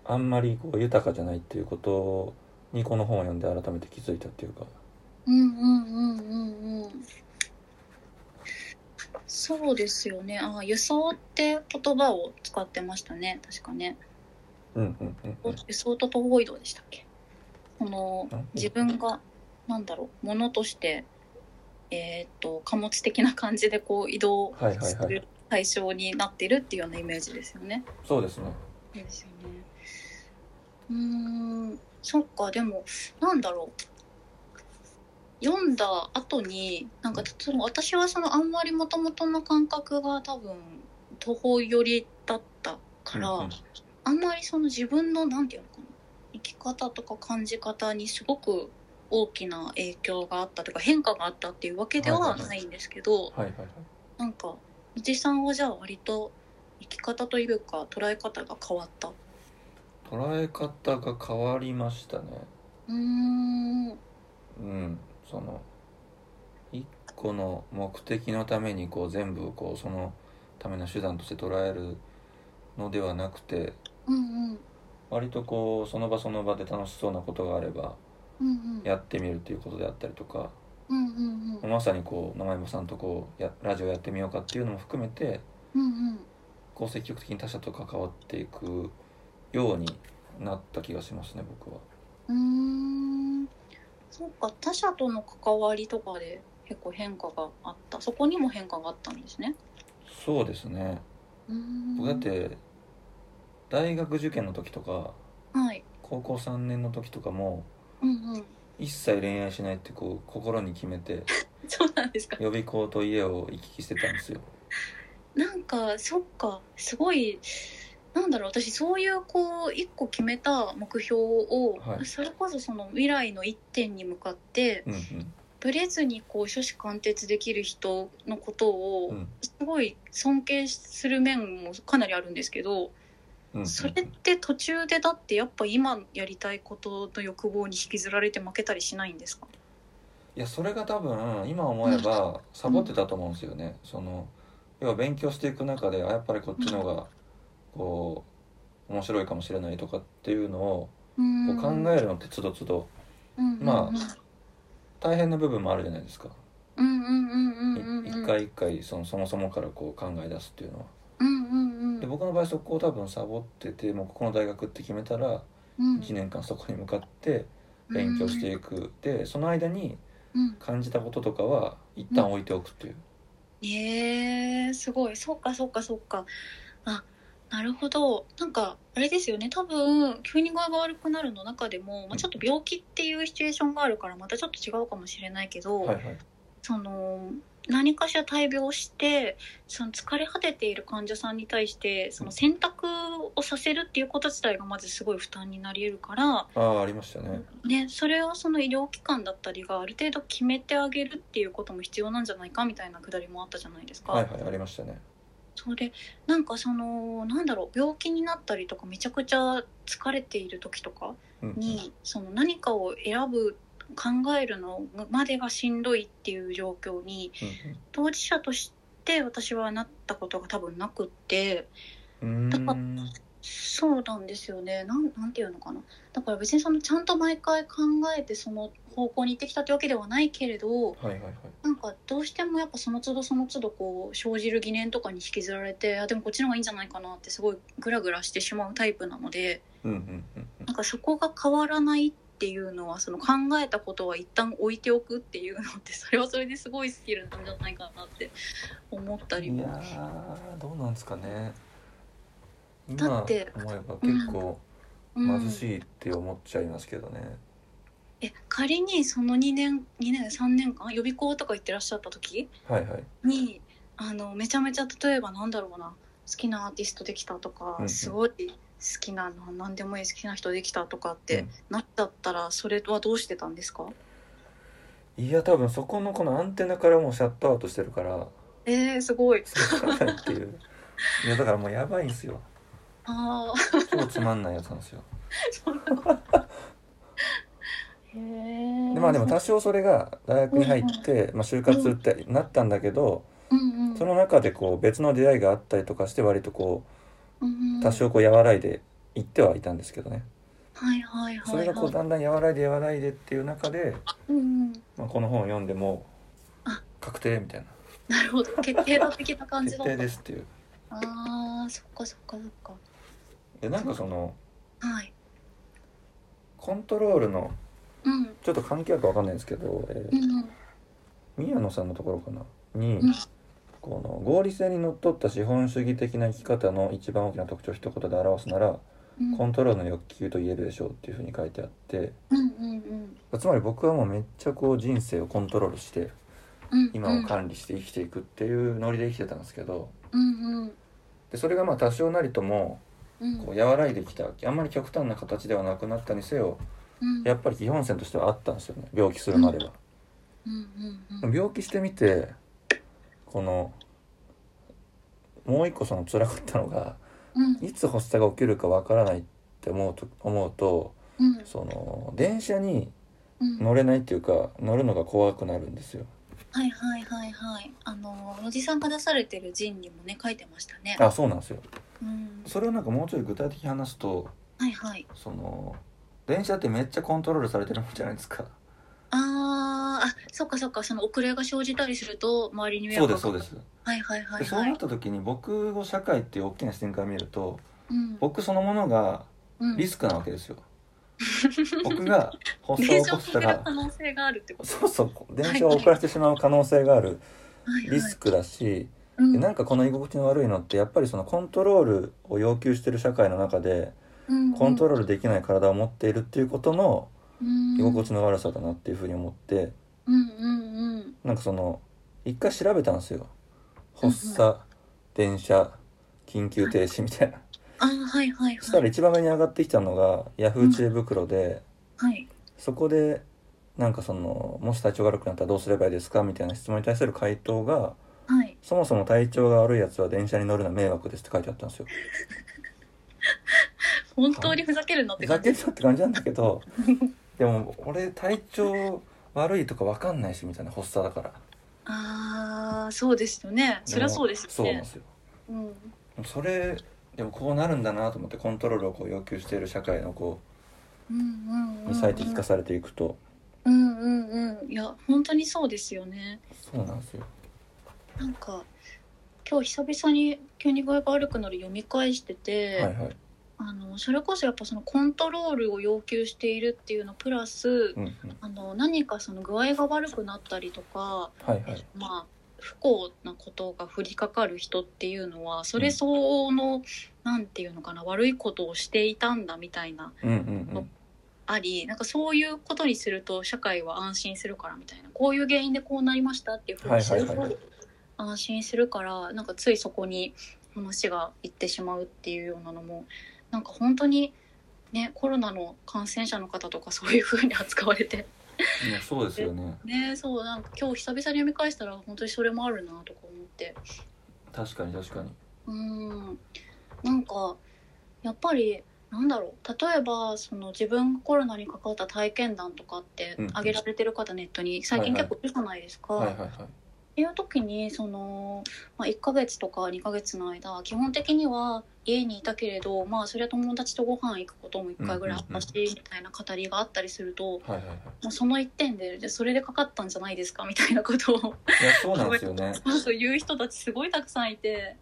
[SPEAKER 1] あんまりこう豊かじゃないっていうことにこの本を読んで改めて気づいたっていうか。
[SPEAKER 2] うんうんうんうんうんそうですよねあ輸送って言葉を使ってましたね確かね
[SPEAKER 1] うんうんうんうん
[SPEAKER 2] 輸送と統合移動でしたっけその
[SPEAKER 1] なん
[SPEAKER 2] 自分がなんだろうものとしてえーっと貨物的な感じでこう移動
[SPEAKER 1] はいはい
[SPEAKER 2] す
[SPEAKER 1] はい
[SPEAKER 2] る対象になってるっていうようなイメージですよね。
[SPEAKER 1] そうですね
[SPEAKER 2] そうですよね。うーん、そっか、でも、なんだろう。読んだ後に、なんか、その、私はその、あんまりもともとの感覚が多分、徒歩寄りだったから、
[SPEAKER 1] うんうん
[SPEAKER 2] あんまりその自分の、なんていうのかな、生き方とか感じ方にすごく大きな影響があったとか、変化があったっていうわけではないんですけど、
[SPEAKER 1] はいはいはい
[SPEAKER 2] なんか藤井さんはじゃあ割と生き方というか捉え方が変わったう
[SPEAKER 1] 捉え方が変わりましたね
[SPEAKER 2] ーんうん
[SPEAKER 1] うんその一個の目的のためにこう全部こうそのための手段として捉えるのではなくて
[SPEAKER 2] うん
[SPEAKER 1] 割とこうその場その場で楽しそうなことがあれば
[SPEAKER 2] うんうん
[SPEAKER 1] やってみるっていうことであったりとか
[SPEAKER 2] うんうんうん
[SPEAKER 1] まさにこう生山さんとこうやラジオやってみようかっていうのも含めて
[SPEAKER 2] うん
[SPEAKER 1] こう積極的に他者と関わっていくようになった気がしますね僕は。
[SPEAKER 2] うんうーんそうか他者との関わりとかで結構変化があったそこにも変化があったんですね
[SPEAKER 1] そうですね
[SPEAKER 2] うーん
[SPEAKER 1] 僕だって大学受験の時とか
[SPEAKER 2] はい
[SPEAKER 1] 高校3年の時とかも
[SPEAKER 2] うんうん
[SPEAKER 1] 一切恋愛しないってこう心に決めて (laughs)
[SPEAKER 2] (laughs) そうなんですか
[SPEAKER 1] 予備校と家を行き来してたんですよ。
[SPEAKER 2] なんかそっかすごいなんだろう私そういうこう一個決めた目標を、
[SPEAKER 1] はい
[SPEAKER 2] それこそその未来の一点に向かって
[SPEAKER 1] うんうん
[SPEAKER 2] ブレずにこう諸子貫徹できる人のこと
[SPEAKER 1] う
[SPEAKER 2] を
[SPEAKER 1] ん
[SPEAKER 2] すごい尊敬する面もかなりあるんですけど、
[SPEAKER 1] うんうん
[SPEAKER 2] それって途中でだってやっぱ今やりたいことの欲望に引きずられて負けたりしないんですか
[SPEAKER 1] いやそれが多分今思えばサボってたと思うんですよね。その要は勉強していく中であやっぱりこっちの方がこう面白いかもしれないとかっていうのを
[SPEAKER 2] う
[SPEAKER 1] こうん考えるのってつどつど
[SPEAKER 2] うん
[SPEAKER 1] ま大変な部分もあるじゃないですか。
[SPEAKER 2] うんうんうんうん
[SPEAKER 1] い
[SPEAKER 2] うんうん
[SPEAKER 1] 一回一回そのそもそもからこう考え出すっていうのは。
[SPEAKER 2] うんうんうん
[SPEAKER 1] で僕の場合そこを多分サボっててもうここの大学って決めたら
[SPEAKER 2] うん
[SPEAKER 1] 1年間そこに向かって勉強していく。でその間に
[SPEAKER 2] うん
[SPEAKER 1] 感じたこととかは一旦置いておくっていう。
[SPEAKER 2] えー、すごいそうかそうかそうかあなるほどなんかあれですよね多分急に具合が悪くなるの中でも、まあ、ちょっと病気っていうシチュエーションがあるからまたちょっと違うかもしれないけど、
[SPEAKER 1] はいはい
[SPEAKER 2] その何かしら大病をしてその疲れ果てている患者さんに対してその選択をさせるっていうこと自体がまずすごい負担になり得るから、
[SPEAKER 1] ああありましたね。
[SPEAKER 2] ね、それをその医療機関だったりがある程度決めてあげるっていうことも必要なんじゃないかみたいなくだりもあったじゃないですか。
[SPEAKER 1] はいはいありましたね。
[SPEAKER 2] それなんかそのなんだろう病気になったりとかめちゃくちゃ疲れている時とか
[SPEAKER 1] うんうん
[SPEAKER 2] に、その何かを選ぶ考えるのまでがしんどいっていう状況に当事者として私はなったことが多分なくって
[SPEAKER 1] うんうんうーん
[SPEAKER 2] そうなんですよねなんなんていうのかなだから別にそのちゃんと毎回考えてその方向に行ってきたってわけではないけれど
[SPEAKER 1] はいはいはい
[SPEAKER 2] なんかどうしてもやっぱその都度その都度こう生じる疑念とかに引きずられてあでもこっちの方がいいんじゃないかなってすごいグラグラしてしまうタイプなので
[SPEAKER 1] うんうんうんうん
[SPEAKER 2] なんかそこが変わらないっていうのはその考えたことは一旦置いておくっていうのってそれはそれですごいスキルなんじゃないかなって思ったり
[SPEAKER 1] いや
[SPEAKER 2] も。
[SPEAKER 1] ーどうなんですかね
[SPEAKER 2] だ
[SPEAKER 1] 今思
[SPEAKER 2] っ
[SPEAKER 1] え
[SPEAKER 2] て
[SPEAKER 1] ば結構
[SPEAKER 2] うん
[SPEAKER 1] 貧しいって思っちゃいますけどね、
[SPEAKER 2] え仮にその2年2年3年間予備校とか行ってらっしゃった時
[SPEAKER 1] はいはい
[SPEAKER 2] にあのめちゃめちゃ例えばなんだろうな好きなアーティストできたとか、
[SPEAKER 1] うんうん
[SPEAKER 2] すごい好きなの何でもいい好きな人できたとかって、
[SPEAKER 1] うん
[SPEAKER 2] なっちゃったらそれはどうしてたんですか
[SPEAKER 1] いや多分そこのこのアンテナからもうシャットアウトしてるから
[SPEAKER 2] えー、すごい
[SPEAKER 1] そうつかないって
[SPEAKER 2] (laughs)
[SPEAKER 1] いういやだからもうやばいんすよ
[SPEAKER 2] ああ
[SPEAKER 1] 超つまんないやつなんですよ
[SPEAKER 2] そんなことへえ
[SPEAKER 1] でまあでも多少それが大学に入って、まあ、就活ってなったんだけど
[SPEAKER 2] うんうん
[SPEAKER 1] その中でこう別の出会いがあったりとかして割とこ
[SPEAKER 2] うんう
[SPEAKER 1] うん多少こう和らいでいってはいたんですけどね
[SPEAKER 2] はいはいはい、はい、
[SPEAKER 1] それがこうだんだん和らいで和らいでっていう中で、
[SPEAKER 2] うんうん
[SPEAKER 1] まあ、この本を読んでも
[SPEAKER 2] あ
[SPEAKER 1] 確定みたい
[SPEAKER 2] なるほど決定打的な
[SPEAKER 1] な
[SPEAKER 2] 感じ
[SPEAKER 1] 決
[SPEAKER 2] だった
[SPEAKER 1] 定ですっていう
[SPEAKER 2] あーそっかそっかそっか
[SPEAKER 1] でなんかその
[SPEAKER 2] はい
[SPEAKER 1] コントロールの
[SPEAKER 2] うん
[SPEAKER 1] ちょっと関係あるかわかんないんですけど、えー
[SPEAKER 2] うん
[SPEAKER 1] 宮野さんのところかなに、
[SPEAKER 2] うん
[SPEAKER 1] この合理性にのっとった資本主義的な生き方の一番大きな特徴を一言で表すなら、
[SPEAKER 2] うん
[SPEAKER 1] コントロールの欲求と言えるでしょうっていうふうに書いてあって
[SPEAKER 2] うんうんうん
[SPEAKER 1] つまり僕はもうめっちゃこう人生をコントロールして
[SPEAKER 2] うん
[SPEAKER 1] 今を管理して生きていくっていうノリで生きてたんですけど
[SPEAKER 2] うん
[SPEAKER 1] でそれがまあ多少なりとも
[SPEAKER 2] うん
[SPEAKER 1] こう和らいできたあんまり極端な形ではなくなったにせよ
[SPEAKER 2] うん
[SPEAKER 1] やっぱり基本線としてはあったんですよね病気するまでは。
[SPEAKER 2] うんうんうん
[SPEAKER 1] 病気してみてこのもう一個その辛かったのが
[SPEAKER 2] うん
[SPEAKER 1] いつ発作が起きるかわからないって思うと思うと
[SPEAKER 2] うん
[SPEAKER 1] その電車に
[SPEAKER 2] うん
[SPEAKER 1] 乗れないっていうか乗るのが怖くなるんですよ
[SPEAKER 2] はいはいはいはいあのおじさんが出されてる陣にもね書いてましたね
[SPEAKER 1] あそうなんですよ
[SPEAKER 2] うん
[SPEAKER 1] それをなんかもうちょい具体的に話すと
[SPEAKER 2] はいはい
[SPEAKER 1] その電車ってめっちゃコントロールされてるもんじゃないですか
[SPEAKER 2] あーあそっかそっかその遅れが生じたりすると周りに迷
[SPEAKER 1] そう
[SPEAKER 2] 惑
[SPEAKER 1] で
[SPEAKER 2] が
[SPEAKER 1] すそうです
[SPEAKER 2] はいはいはい
[SPEAKER 1] でそう
[SPEAKER 2] は
[SPEAKER 1] ないった時に僕を社会っていう大きな視点から見ると
[SPEAKER 2] うん
[SPEAKER 1] 僕そのものが
[SPEAKER 2] うん
[SPEAKER 1] リスクなわけですよ僕が発作
[SPEAKER 2] 名
[SPEAKER 1] を起
[SPEAKER 2] 称
[SPEAKER 1] こ
[SPEAKER 2] を
[SPEAKER 1] した
[SPEAKER 2] 受ける
[SPEAKER 1] ら
[SPEAKER 2] 可能性があるってこと
[SPEAKER 1] そうそう電車を遅らせてしまう可能性がある
[SPEAKER 2] はいはい
[SPEAKER 1] リスクだし、
[SPEAKER 2] うん
[SPEAKER 1] でなんかこの居心地の悪いのってやっぱりそのコントロールを要求してる社会の中で
[SPEAKER 2] うん
[SPEAKER 1] コントロールできない体を持っているっていうことの
[SPEAKER 2] うん
[SPEAKER 1] 居心地の悪さだなっていうふうに思って
[SPEAKER 2] うんうんうん
[SPEAKER 1] なんかその一回調べたんですよ発作電車緊急停止みたいな
[SPEAKER 2] あーはいはい
[SPEAKER 1] そした
[SPEAKER 2] は
[SPEAKER 1] ら
[SPEAKER 2] い
[SPEAKER 1] 一番上に上がってきたのがヤフー知恵袋で
[SPEAKER 2] はい
[SPEAKER 1] そこでなんかそのもし体調が悪くなったらどうすればいいですかみたいな質問に対する回答が
[SPEAKER 2] はい
[SPEAKER 1] そもそも体調が悪いやつは電車に乗るのは迷惑ですって書いてあったんですよ。
[SPEAKER 2] 本当にふざけるなって
[SPEAKER 1] ふざ
[SPEAKER 2] 感
[SPEAKER 1] け
[SPEAKER 2] じ
[SPEAKER 1] んなって感じなんだけど (laughs) でも俺体調悪いとかわかんないしみたいな発作だから
[SPEAKER 2] ああそうですよねそりゃそうです
[SPEAKER 1] そう
[SPEAKER 2] よ
[SPEAKER 1] なん
[SPEAKER 2] ね
[SPEAKER 1] ですよ
[SPEAKER 2] うん
[SPEAKER 1] それでもこうなるんだなと思ってコントロールをこう要求している社会のこ
[SPEAKER 2] うんうんうん
[SPEAKER 1] うに最適化されていくと、
[SPEAKER 2] うんうんうんいや本当にそうですよね
[SPEAKER 1] そうなんですよ
[SPEAKER 2] なんか今日久々に急に具合が悪くなる読み返してて、
[SPEAKER 1] はいはい
[SPEAKER 2] あのそれこそやっぱそのコントロールを要求しているっていうのプラス
[SPEAKER 1] うんうん
[SPEAKER 2] あの何かその具合が悪くなったりとか、
[SPEAKER 1] はいはい
[SPEAKER 2] まあ不幸なことが降りかかる人っていうのはそれ相応の、なんていうのかな悪いことをしていたんだみたいな
[SPEAKER 1] うんうん
[SPEAKER 2] ありなんかそういうことにすると社会は安心するからみたいなこういう原因でこうなりましたっていうふうにする
[SPEAKER 1] はいはいは
[SPEAKER 2] と安心するからなんかついそこに話がいってしまうっていうようなのもなんか本当にねコロナの感染者の方とかそういうふうに扱われて
[SPEAKER 1] うんいやそうですよね
[SPEAKER 2] ねそうなんか今日久々に読み返したら本当にそれもあるなとか思って
[SPEAKER 1] 確かに確かに
[SPEAKER 2] うんなんかやっぱりなんだろう例えばその自分がコロナに関わった体験談とかって
[SPEAKER 1] うんうん
[SPEAKER 2] 挙げられてる方ネットに最近
[SPEAKER 1] はいはい
[SPEAKER 2] 結構いるじゃないですか、
[SPEAKER 1] はいはいはい
[SPEAKER 2] っていう時にその、まあ、1ヶ月とか2ヶ月の間基本的には家にいたけれどまあそれは友達とご飯行くことも1回ぐらいあったし、みたいな語りがあったりする
[SPEAKER 1] はい
[SPEAKER 2] と
[SPEAKER 1] はいはい
[SPEAKER 2] もうその一点ででそれでかかったんじゃないですかみたいなことを
[SPEAKER 1] いやそうなんですよね
[SPEAKER 2] そうそう言う人たちすごいたくさんいて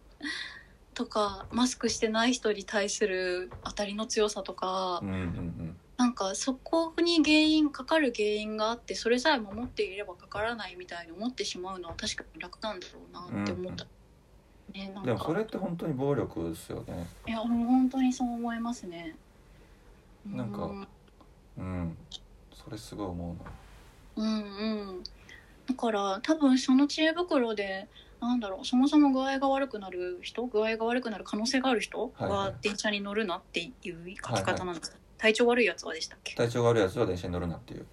[SPEAKER 2] とかマスクしてない人に対する当たりの強さとか、
[SPEAKER 1] うんうんうん
[SPEAKER 2] なんかそこに原因かかる原因があってそれさえ守っていればかからないみたいに思ってしまうのは確かに楽なんだろうなって思った、ねなん
[SPEAKER 1] でもそ
[SPEAKER 2] か
[SPEAKER 1] れって本当に暴力ですよね
[SPEAKER 2] いやもう本当にそう思いますね
[SPEAKER 1] なんか
[SPEAKER 2] う
[SPEAKER 1] うんそれすごい思うな
[SPEAKER 2] うんうんだから多分その知恵袋でなんだろうそもそも具合が悪くなる人具合が悪くなる可能性がある人
[SPEAKER 1] はいはい
[SPEAKER 2] は電車に乗るなっていう書き方なんですか、体調悪いやつはでしたっけ
[SPEAKER 1] 体調が悪いやつは電車に乗るなっていう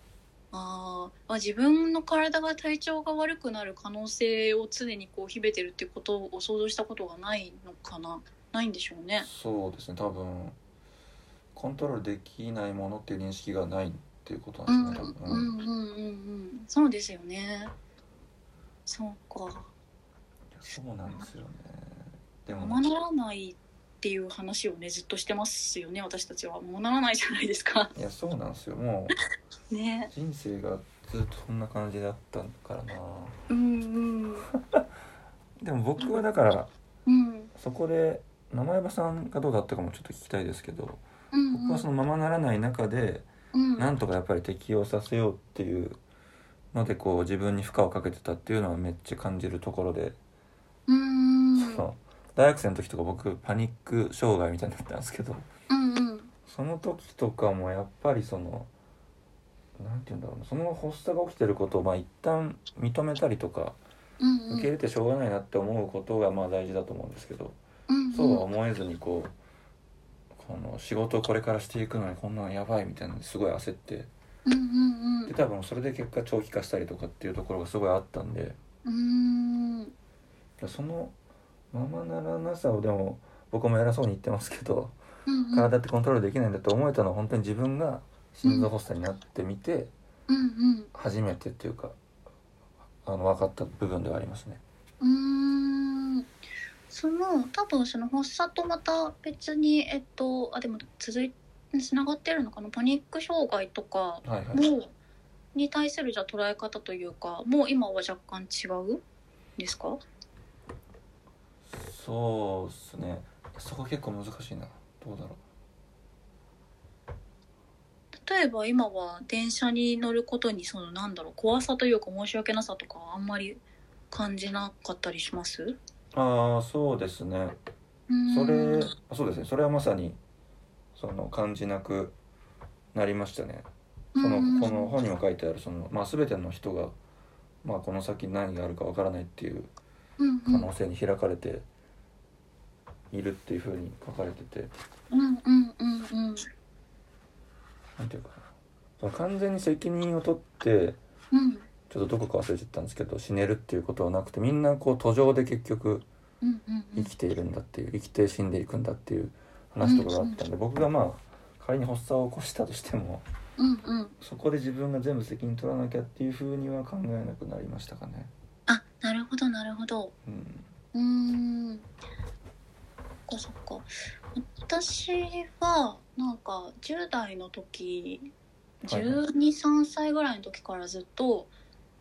[SPEAKER 2] あーあ自分の体が体調が悪くなる可能性を常にこう秘めてるってことを想像したことがないのかなないんでしょうね。
[SPEAKER 1] そうですね多分コントロールできないものっていう認識がないっていうこと
[SPEAKER 2] う
[SPEAKER 1] なん
[SPEAKER 2] ん
[SPEAKER 1] で
[SPEAKER 2] う
[SPEAKER 1] すね
[SPEAKER 2] ん
[SPEAKER 1] 多分、
[SPEAKER 2] う
[SPEAKER 1] うん、
[SPEAKER 2] んうんうんそうですよね。そうか
[SPEAKER 1] そうなんですよねでも
[SPEAKER 2] まならないっていう話をねずっとしてますよね私たちは。もうならないじゃないですか。
[SPEAKER 1] いやそうなんですよもう
[SPEAKER 2] ね。
[SPEAKER 1] 人生がずっとそんな感じだったからな
[SPEAKER 2] うんうん
[SPEAKER 1] でも僕はだから
[SPEAKER 2] うん
[SPEAKER 1] そこで名前場さんがどうだったかもちょっと聞きたいですけど
[SPEAKER 2] うん
[SPEAKER 1] 僕はそのままならない中で
[SPEAKER 2] (laughs) うん
[SPEAKER 1] なんとかやっぱり適応させようっていうのでこう自分に負荷をかけてたっていうのはめっちゃ感じるところで、
[SPEAKER 2] うんうん
[SPEAKER 1] その大学生の時とか僕パニック障害みたいになったんですけど
[SPEAKER 2] うんうん
[SPEAKER 1] その時とかもやっぱりそのなんて言うんだろうなその発作が起きてることをまあ一旦認めたりとか
[SPEAKER 2] うんうん
[SPEAKER 1] 受け入れてしょうがないなって思うことがまあ大事だと思うんですけど
[SPEAKER 2] うん
[SPEAKER 1] そうは思えずにこうこの仕事をこれからしていくのにこんなのやばいみたいなのにすごい焦って
[SPEAKER 2] うんうんうん
[SPEAKER 1] で多分それで結果長期化したりとかっていうところがすごいあったんで
[SPEAKER 2] うん
[SPEAKER 1] そのままならなさをでも僕も偉そうに言ってますけど
[SPEAKER 2] うんうん
[SPEAKER 1] 体ってコントロールできないんだと思えたのは本当に自分が心臓発作になってみて
[SPEAKER 2] うん
[SPEAKER 1] 初めてっていうかあの分かった部分ではありますね。
[SPEAKER 2] うんうーんその多分その発作とまた別にえっとあでも続いつながってるのかなパニック障害とか
[SPEAKER 1] はいはい、
[SPEAKER 2] もに対するじゃあ捉え方というかもう今は若干違うんですか
[SPEAKER 1] そうっすねそこ結構難しいなどうだろう
[SPEAKER 2] 例えば今は電車に乗ることにそのなんだろう怖さというか申し訳なさとかあんまり感じなかったりします
[SPEAKER 1] ああそうですね
[SPEAKER 2] うーん
[SPEAKER 1] それあそうですねそれはまさにその感じなくなりましたねその
[SPEAKER 2] うん
[SPEAKER 1] この本にも書いてあるその、まあ、全ての人が、まあ、この先何があるかわからないっていう
[SPEAKER 2] うんう
[SPEAKER 1] 可
[SPEAKER 2] ん
[SPEAKER 1] 能性に開かれているっていうふうに書かれてて
[SPEAKER 2] うんうんうんうん
[SPEAKER 1] なんていうかなその完全に責任を取って
[SPEAKER 2] うん
[SPEAKER 1] ちょっとどこか忘れちゃったんですけど死ねるっていうことはなくてみんなこう途上で結局
[SPEAKER 2] うんうんう
[SPEAKER 1] 生
[SPEAKER 2] ん
[SPEAKER 1] きているんだっていう生きて死んでいくんだっていう話とかがあったんで僕がまあ仮に発作を起こしたとしても
[SPEAKER 2] うんうん
[SPEAKER 1] そこで自分が全部責任取らなきゃっていうふうには考えなくなりましたかね。
[SPEAKER 2] あなるほどなるほど
[SPEAKER 1] うん、
[SPEAKER 2] うーんそっかそっか私はなんか10代の時
[SPEAKER 1] はいはい
[SPEAKER 2] 1 2 3歳ぐらいの時からずっと、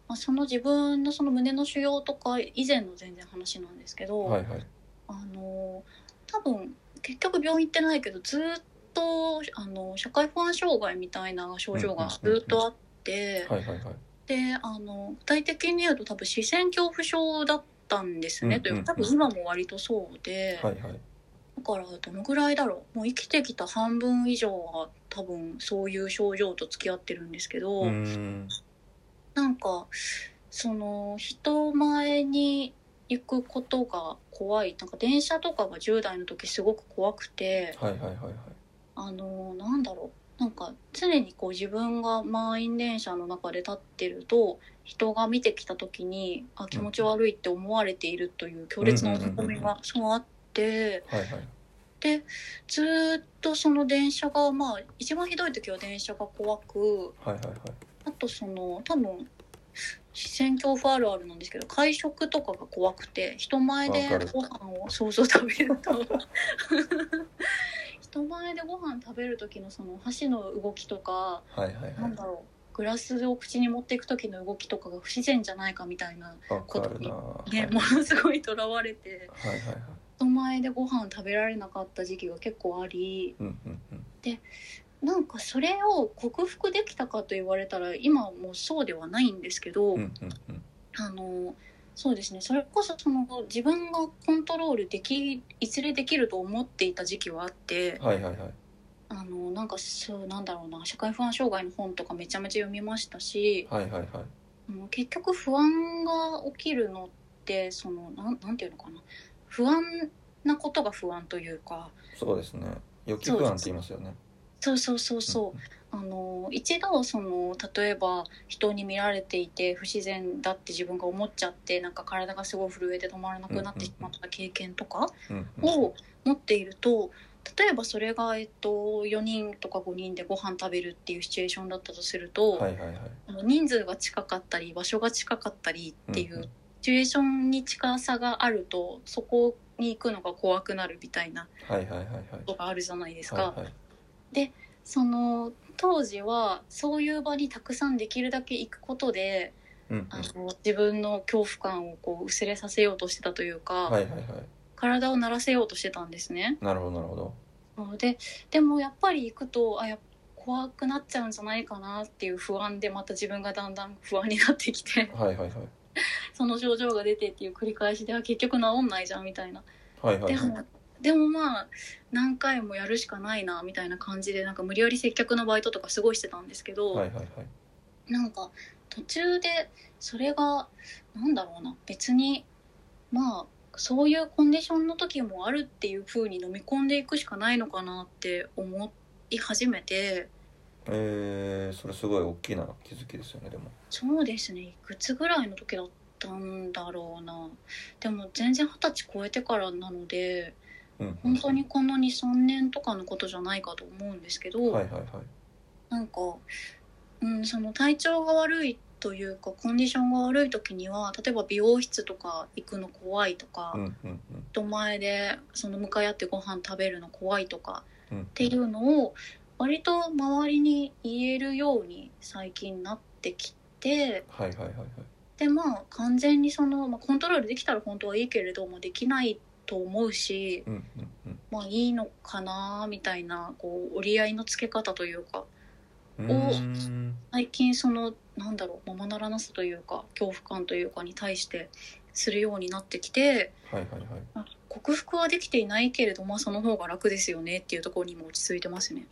[SPEAKER 2] まあ、その自分のその胸の腫瘍とか以前の全然話なんですけど、
[SPEAKER 1] はいはい。
[SPEAKER 2] あの多分結局病院行ってないけどずっとあの社会不安障害みたいな症状がずっとあって、
[SPEAKER 1] はいはいはい。
[SPEAKER 2] であの具体的に言うと多分視線恐怖症だったんですね、
[SPEAKER 1] うん
[SPEAKER 2] という
[SPEAKER 1] うん
[SPEAKER 2] か多分今も割とそうで、
[SPEAKER 1] はいはい。
[SPEAKER 2] だからどのぐらいだろうもう生きてきた半分以上は多分そういう症状と付き合ってるんですけど、
[SPEAKER 1] うーん。
[SPEAKER 2] なんかその人前に行くことが怖いなんか電車とかが10代の時すごく怖くて
[SPEAKER 1] はいはいはいはい。
[SPEAKER 2] あのなんだろうなんか常にこう自分が満員電車の中で立ってると人が見てきた時にあ気持ち悪いって思われているという強烈な思い込みがそうあって
[SPEAKER 1] はいはい。
[SPEAKER 2] ずーっとその電車がまあ一番ひどい時は電車が怖く
[SPEAKER 1] はいはいはい。
[SPEAKER 2] あとその多分視線恐怖あるあるなんですけど会食とかが怖くて人前で
[SPEAKER 1] わかる
[SPEAKER 2] ご飯をそうそう食べると (laughs) 人前でご飯食べる時のその箸の動きとか
[SPEAKER 1] はいはい
[SPEAKER 2] な
[SPEAKER 1] は
[SPEAKER 2] んだろうグラスを口に持っていく時の動きとかが不自然じゃないかみたいな、
[SPEAKER 1] いわかるなはい
[SPEAKER 2] ね、ものすごいとらわれて
[SPEAKER 1] はいはいはい
[SPEAKER 2] 人前でご飯食べられなかった時期が結構あり
[SPEAKER 1] うんうんうん
[SPEAKER 2] なんかそれを克服できたかと言われたら今はもうそうではないんですけど、
[SPEAKER 1] うんうんうん
[SPEAKER 2] あのそうですねそれこそその自分がコントロールできいずれできると思っていた時期はあって
[SPEAKER 1] はいはいはい
[SPEAKER 2] あのなんかそうなんだろうな社会不安障害の本とかめちゃめちゃ読みましたし、
[SPEAKER 1] はいはいはい
[SPEAKER 2] うん結局不安が起きるのってそのなんなんていうのかな不安なことが不安というか
[SPEAKER 1] そうですね予期不安って言いますよね
[SPEAKER 2] そうそうそうそうあの一度その例えば人に見られていて不自然だって自分が思っちゃってなんか体がすごい震えて止まらなくなってしまった経験とか
[SPEAKER 1] うんうん
[SPEAKER 2] を持っていると例えばそれが、えっと、4人とか5人でご飯食べるっていうシチュエーションだったとすると、
[SPEAKER 1] はいはいはい
[SPEAKER 2] あの人数が近かったり場所が近かったりってい
[SPEAKER 1] うんう
[SPEAKER 2] うんシチュエーションに近さがあるとそこに行くのが怖くなるみたいな
[SPEAKER 1] はいはいはいはい
[SPEAKER 2] ことがあるじゃないですか。
[SPEAKER 1] はいはい
[SPEAKER 2] その当時はそういう場にたくさんできるだけ行くことで
[SPEAKER 1] うんうん
[SPEAKER 2] あの自分の恐怖感をこう薄れさせようとしてたというか、
[SPEAKER 1] はいはいはい
[SPEAKER 2] 体を慣らせようとしてたんですね。
[SPEAKER 1] なるほどなるほど
[SPEAKER 2] なのででもやっぱり行くとあやっぱ怖くなっちゃうんじゃないかなっていう不安でまた自分がだんだん不安になってきて (laughs)
[SPEAKER 1] はいはいはい
[SPEAKER 2] その症状が出てっていう繰り返しでは結局治んないじゃんみたいな
[SPEAKER 1] はいはい
[SPEAKER 2] で
[SPEAKER 1] はい
[SPEAKER 2] もでもまあ何回もやるしかないなみたいな感じでなんか無理やり接客のバイトとかすごいしてたんですけど、
[SPEAKER 1] はいはいはい
[SPEAKER 2] なんか途中でそれがなんだろうな別にまあそういうコンディションの時もあるっていう風に飲み込んでいくしかないのかなって思い始めて
[SPEAKER 1] えー、それすごい大きな気づきですよねでも
[SPEAKER 2] そうですねいくつぐらいの時だったんだろうなでも全然二十歳超えてからなので
[SPEAKER 1] うんうん
[SPEAKER 2] 本当にこの23年とかのことじゃないかと思うんですけど、
[SPEAKER 1] はいはいはい
[SPEAKER 2] なんか、うん、その体調が悪いというかコンディションが悪い時には例えば美容室とか行くの怖いとか、
[SPEAKER 1] うんうんうん
[SPEAKER 2] 人前でその向かい合ってご飯食べるの怖いとか
[SPEAKER 1] うんっ
[SPEAKER 2] っていうのを割と周りに言えるように最近なってきて
[SPEAKER 1] はいはいはいはい
[SPEAKER 2] でまあ完全にその、まあ、コントロールできたら本当はいいけれどもできないと思うし
[SPEAKER 1] うんうんうん
[SPEAKER 2] まあいいのかなみたいなこう折り合いのつけ方というか
[SPEAKER 1] うーん
[SPEAKER 2] 最近そのなんだろうままならなさというか恐怖感というかに対してするようになってきて
[SPEAKER 1] はいはいはい
[SPEAKER 2] あ克服はできていないけれどまあその方が楽ですよねっていうところにも落ち着いてますね。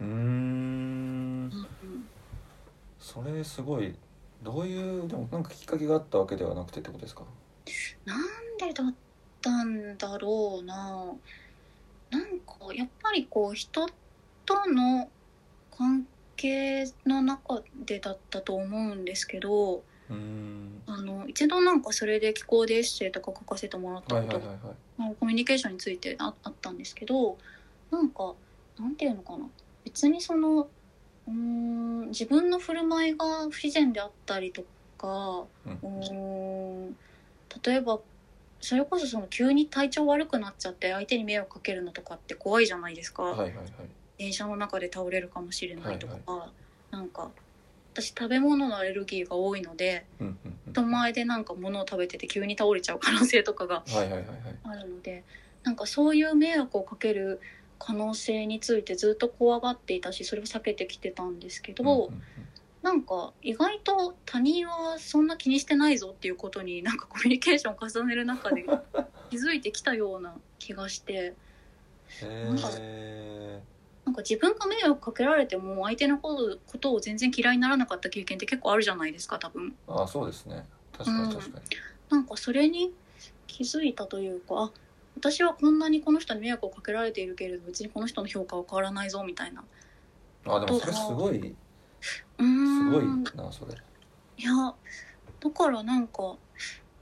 [SPEAKER 1] うーん
[SPEAKER 2] うん
[SPEAKER 1] それすごいどういうでもなんかきっかけがあったわけではなくてってことですか
[SPEAKER 2] なんでだったんだろうななんかやっぱりこう人との関係の中でだったと思うんですけど
[SPEAKER 1] うーん
[SPEAKER 2] あの一度なんかそれで気候でエッセイとか書かせてもらった
[SPEAKER 1] はい
[SPEAKER 2] こ
[SPEAKER 1] はい
[SPEAKER 2] と
[SPEAKER 1] はい
[SPEAKER 2] が
[SPEAKER 1] はい
[SPEAKER 2] まあコミュニケーションについてああったんですけどなんかなんていうのかな別にそのうーん自分の振る舞いが不自然であったりとか
[SPEAKER 1] うん
[SPEAKER 2] うーん例えばそれこそその急に体調悪くなっちゃって相手に迷惑かけるのとかって怖いじゃないですか、
[SPEAKER 1] はいはいはい
[SPEAKER 2] 電車の中で倒れるかもしれないとか、なんか私食べ物のアレルギーが多いので
[SPEAKER 1] うんうんうん
[SPEAKER 2] 人前でなんか物を食べてて急に倒れちゃう可能性とかが
[SPEAKER 1] はいはいはいはい
[SPEAKER 2] あるのでなんかそういう迷惑をかける可能性についてずっと怖がっていたしそれを避けてきてたんですけど、
[SPEAKER 1] うんうん
[SPEAKER 2] なんか意外と他人はそんな気にしてないぞっていうことになんかコミュニケーションを重ねる中で気づいてきたような気がして
[SPEAKER 1] うんへ
[SPEAKER 2] なんか自分が迷惑かけられても相手のことことを全然嫌いにならなかった経験って結構あるじゃないですか多分。
[SPEAKER 1] ーあそうですね確かに確かに
[SPEAKER 2] なんかそれに気づいたというかあ私はこんなにこの人に迷惑をかけられているけれど別にこの人の評価は変わらないぞみたいな
[SPEAKER 1] あでもそれすごいう
[SPEAKER 2] ーん
[SPEAKER 1] すごいなそれ
[SPEAKER 2] いやだからなんか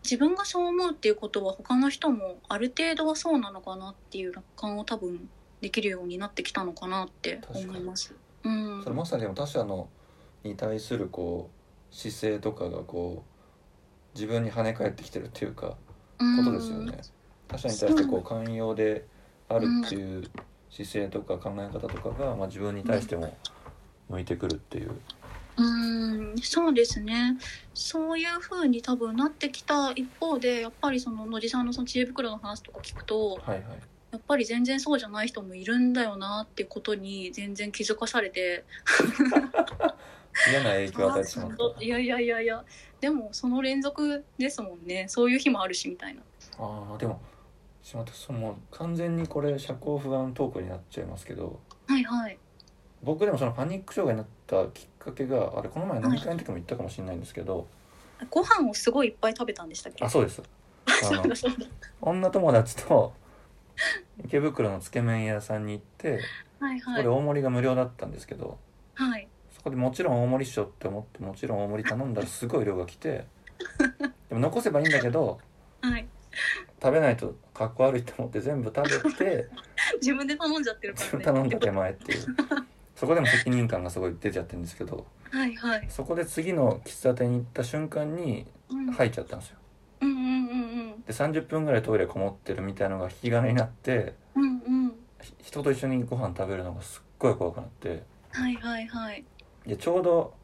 [SPEAKER 2] 自分がそう思うっていうことは他の人もある程度はそうなのかなっていう楽観を多分できるようになってきたのかなって思います。うん、
[SPEAKER 1] それまさにでも他者のに対するこう姿勢とかがこう自分に跳ね返ってきてるっていうか
[SPEAKER 2] うん
[SPEAKER 1] ことですよね。他者に対してこう寛容であるっていう姿勢とか考え方とかが、まあ、自分に対しても向いてくるっていう。
[SPEAKER 2] うんそうですねそういうふうに多分なってきた一方でやっぱりその野地さんのその知恵袋の話とか聞くと
[SPEAKER 1] はいはい。
[SPEAKER 2] やっぱり全然そうじゃない人もいるんだよなっていうことに全然気づかされて
[SPEAKER 1] 嫌な影響を与えてしまった。
[SPEAKER 2] いやいやいやいやでもその連続ですもんねそういう日もあるしみたいな。
[SPEAKER 1] ああでもしまったその完全にこれ社交不安トークになっちゃいますけど
[SPEAKER 2] はいはい
[SPEAKER 1] 僕でもそのパニック障害になったきっかけがあれこの前飲み会の時も言ったかもしれないんですけど、
[SPEAKER 2] ご飯をすごいいっぱい食べたんでしたっけ
[SPEAKER 1] あそうですあ
[SPEAKER 2] そう
[SPEAKER 1] の
[SPEAKER 2] だそうだ
[SPEAKER 1] 女友達
[SPEAKER 2] (laughs)
[SPEAKER 1] と池袋のつけ麺屋さんに行って
[SPEAKER 2] はい
[SPEAKER 1] そ
[SPEAKER 2] は
[SPEAKER 1] こ
[SPEAKER 2] い
[SPEAKER 1] で大盛りが無料だったんですけど、
[SPEAKER 2] はい
[SPEAKER 1] そこでもちろん大盛りっしょって思ってもちろん大盛り頼んだらすごい量が来
[SPEAKER 2] (laughs)
[SPEAKER 1] てでも残せばいいんだけど
[SPEAKER 2] はい
[SPEAKER 1] 食べないとかっこ悪いと思って全部食べて。
[SPEAKER 2] (laughs) 自分で頼んじゃってるか
[SPEAKER 1] 自分
[SPEAKER 2] ら
[SPEAKER 1] 頼ん
[SPEAKER 2] ね
[SPEAKER 1] だ手前っていうそこでも責任感がすごい出ちゃってるんですけど
[SPEAKER 2] はいはい、
[SPEAKER 1] そこで次の喫茶店に行った瞬間に
[SPEAKER 2] うん、
[SPEAKER 1] 吐いちゃったんですよ
[SPEAKER 2] うんうんうん
[SPEAKER 1] で30分ぐらいトイレこもってるみたいのが引き金になって
[SPEAKER 2] うんうんうん
[SPEAKER 1] ひ人と一緒にご飯食べるのがすっごい怖くなって
[SPEAKER 2] はいはいはい
[SPEAKER 1] でちょうど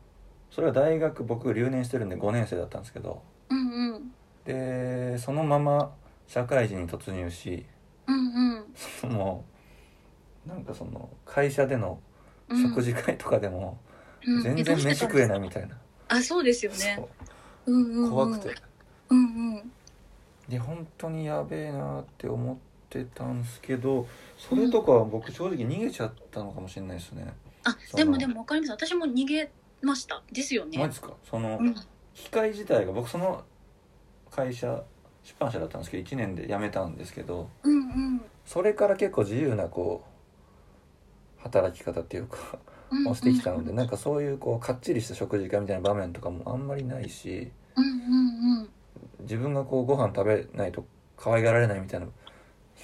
[SPEAKER 1] それは大学僕留年してるんで5年生だったんですけど
[SPEAKER 2] うんうん
[SPEAKER 1] でそのまま社会人に突入し
[SPEAKER 2] うん
[SPEAKER 1] そのなんかその会社での
[SPEAKER 2] うん
[SPEAKER 1] 食事会とかでも
[SPEAKER 2] うん
[SPEAKER 1] 全然飯食えないみたいな、
[SPEAKER 2] あそうですよねうんう
[SPEAKER 1] そうう
[SPEAKER 2] ん
[SPEAKER 1] ん怖くて
[SPEAKER 2] うんうん
[SPEAKER 1] で本当にやべえなって思ってたんですけどそれとかは僕正直逃げちゃったのかもしれないですね、
[SPEAKER 2] あ
[SPEAKER 1] その
[SPEAKER 2] でもでもわかります私も逃げましたですよね
[SPEAKER 1] マジですかその
[SPEAKER 2] うん
[SPEAKER 1] 機械自体が僕その会社出版社だったんですけど1年で辞めたんですけど
[SPEAKER 2] うんうん
[SPEAKER 1] それから結構自由なこう働き方っていうか
[SPEAKER 2] うん
[SPEAKER 1] をしてきたのでなんかそういうこうかっちりした食事会みたいな場面とかもあんまりないし
[SPEAKER 2] うんうんうん
[SPEAKER 1] 自分がこうご飯食べないと可愛がられないみたいな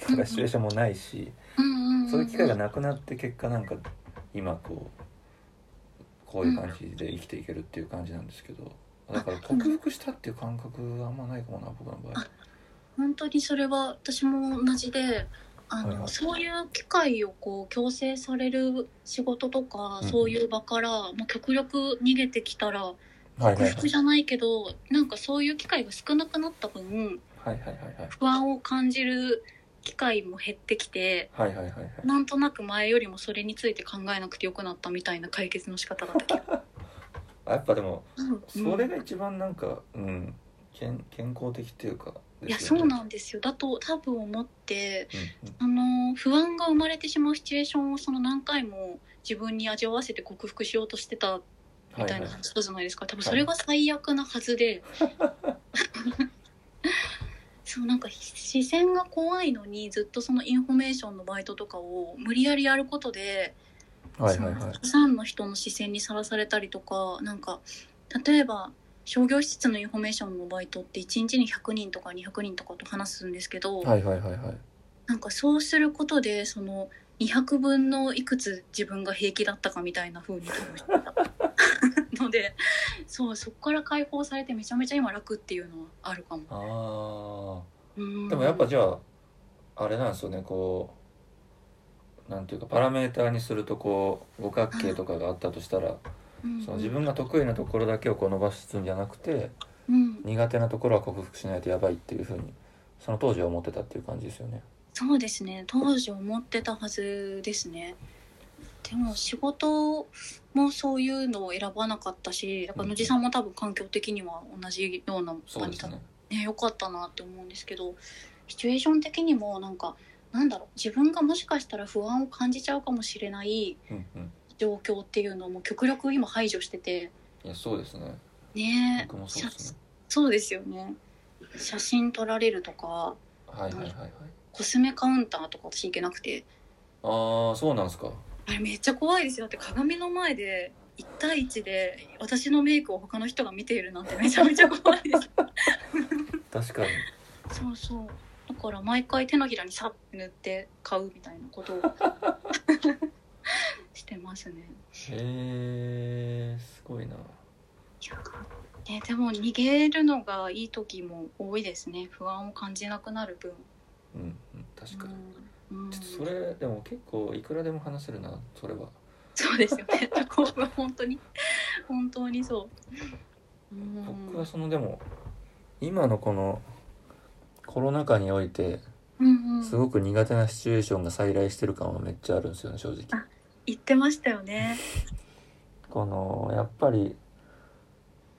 [SPEAKER 1] なんかシチュエーションもないし。
[SPEAKER 2] うんうんんん
[SPEAKER 1] そういう機会がなくなって結果なんか今こうこういう感じで生きていけるっていう感じなんですけどだから克服したっていう感覚はあんまないかもな僕の場合
[SPEAKER 2] あ本当にそれは私も同じであの、
[SPEAKER 1] はいはい
[SPEAKER 2] そういう機会をこう強制される仕事とか、
[SPEAKER 1] うん
[SPEAKER 2] そういう場からもう極力逃げてきたら
[SPEAKER 1] はい
[SPEAKER 2] 克
[SPEAKER 1] はいはい
[SPEAKER 2] 服じゃないけど、なんかそういう機会が少なくなった分
[SPEAKER 1] はいはいは
[SPEAKER 2] 不安を感じる機会も減ってきて
[SPEAKER 1] いはいはいはいはいはい
[SPEAKER 2] なんとなく前よりもそれについて考えなくてよくなったみたいな解決の仕方だったけど、
[SPEAKER 1] あやっぱでも
[SPEAKER 2] うん
[SPEAKER 1] それが一番なんかうん健健康的っていうか
[SPEAKER 2] い
[SPEAKER 1] で
[SPEAKER 2] や
[SPEAKER 1] すよ
[SPEAKER 2] そ
[SPEAKER 1] ね
[SPEAKER 2] うなんですよだと多分思って
[SPEAKER 1] うんうん
[SPEAKER 2] あの不安が生まれてしまうシチュエーションをその何回も自分に味わわせて克服しようとしてたみたいな話したじゃないですか、多分それが最悪なはずで、そうなんか視線が怖いのにずっとそのインフォメーションのバイトとかを無理やりやることで、
[SPEAKER 1] はいはいはいはい
[SPEAKER 2] そのたくさんの人の視線にさらされたりとかなんか例えば商業施設のインフォメーションのバイトって1日に100人とか200人とかと話すんですけど。
[SPEAKER 1] はいはいはいはい
[SPEAKER 2] なんかそうすることでその200分のいくつ自分が平気だったかみたいな風に多分して
[SPEAKER 1] (laughs)
[SPEAKER 2] たのでそうそこから解放されてめちゃめちゃ今楽っていうのはあるかも。
[SPEAKER 1] あー
[SPEAKER 2] うん
[SPEAKER 1] でもやっぱじゃああれなんですよねこうなんていうかパラメーターにするとこう五角形とかがあったとしたら
[SPEAKER 2] うん
[SPEAKER 1] その自分が得意なところだけをこう伸ばすんじゃなくて
[SPEAKER 2] うん、
[SPEAKER 1] 苦手なところは克服しないとやばいっていうふうにその当時は思ってたっていう感じですよね。
[SPEAKER 2] そうですね当時思ってたはずですね。でも仕事もそういうのを選ばなかったしやっぱ野地さんも多分環境的には同じような場に立っ
[SPEAKER 1] ね。
[SPEAKER 2] ね、良かったなって思うんですけどシチュエーション的にもなんかなんだろう自分がもしかしたら不安を感じちゃうかもしれない
[SPEAKER 1] うんうん。
[SPEAKER 2] 状況っていうのも極力今排除してて
[SPEAKER 1] いやそうですね。
[SPEAKER 2] ね
[SPEAKER 1] 僕もそうですね
[SPEAKER 2] 写。そうですよね写真撮られるとか
[SPEAKER 1] はいはいはいはい。
[SPEAKER 2] コスメカウンターとか私行けなくて
[SPEAKER 1] ああそうなんですか。
[SPEAKER 2] あれめっちゃ怖いですよだって鏡の前で1対1で私のメイクを他の人が見ているなんてめちゃめちゃ怖いです
[SPEAKER 1] 確かに。
[SPEAKER 2] (laughs) そうそうだから毎回手のひらにさって塗って買うみたいなこと (laughs) をしてますね
[SPEAKER 1] へえすごいな。
[SPEAKER 2] いやね、でも逃げるのがいい時も多いですね不安を感じなくなる分
[SPEAKER 3] うんうん確かに、
[SPEAKER 2] うんうん
[SPEAKER 3] ちょっとそれでも結構いくらでも話せるなそれは
[SPEAKER 2] そうですよね (laughs) そこは本当に本当にそう、うん、
[SPEAKER 3] 僕はそのでも
[SPEAKER 1] 今のこのコロナ禍において
[SPEAKER 2] うんうん
[SPEAKER 1] すごく苦手なシチュエーションが再来してる感はめっちゃあるんですよね正直
[SPEAKER 2] あ言ってましたよね
[SPEAKER 1] このやっぱり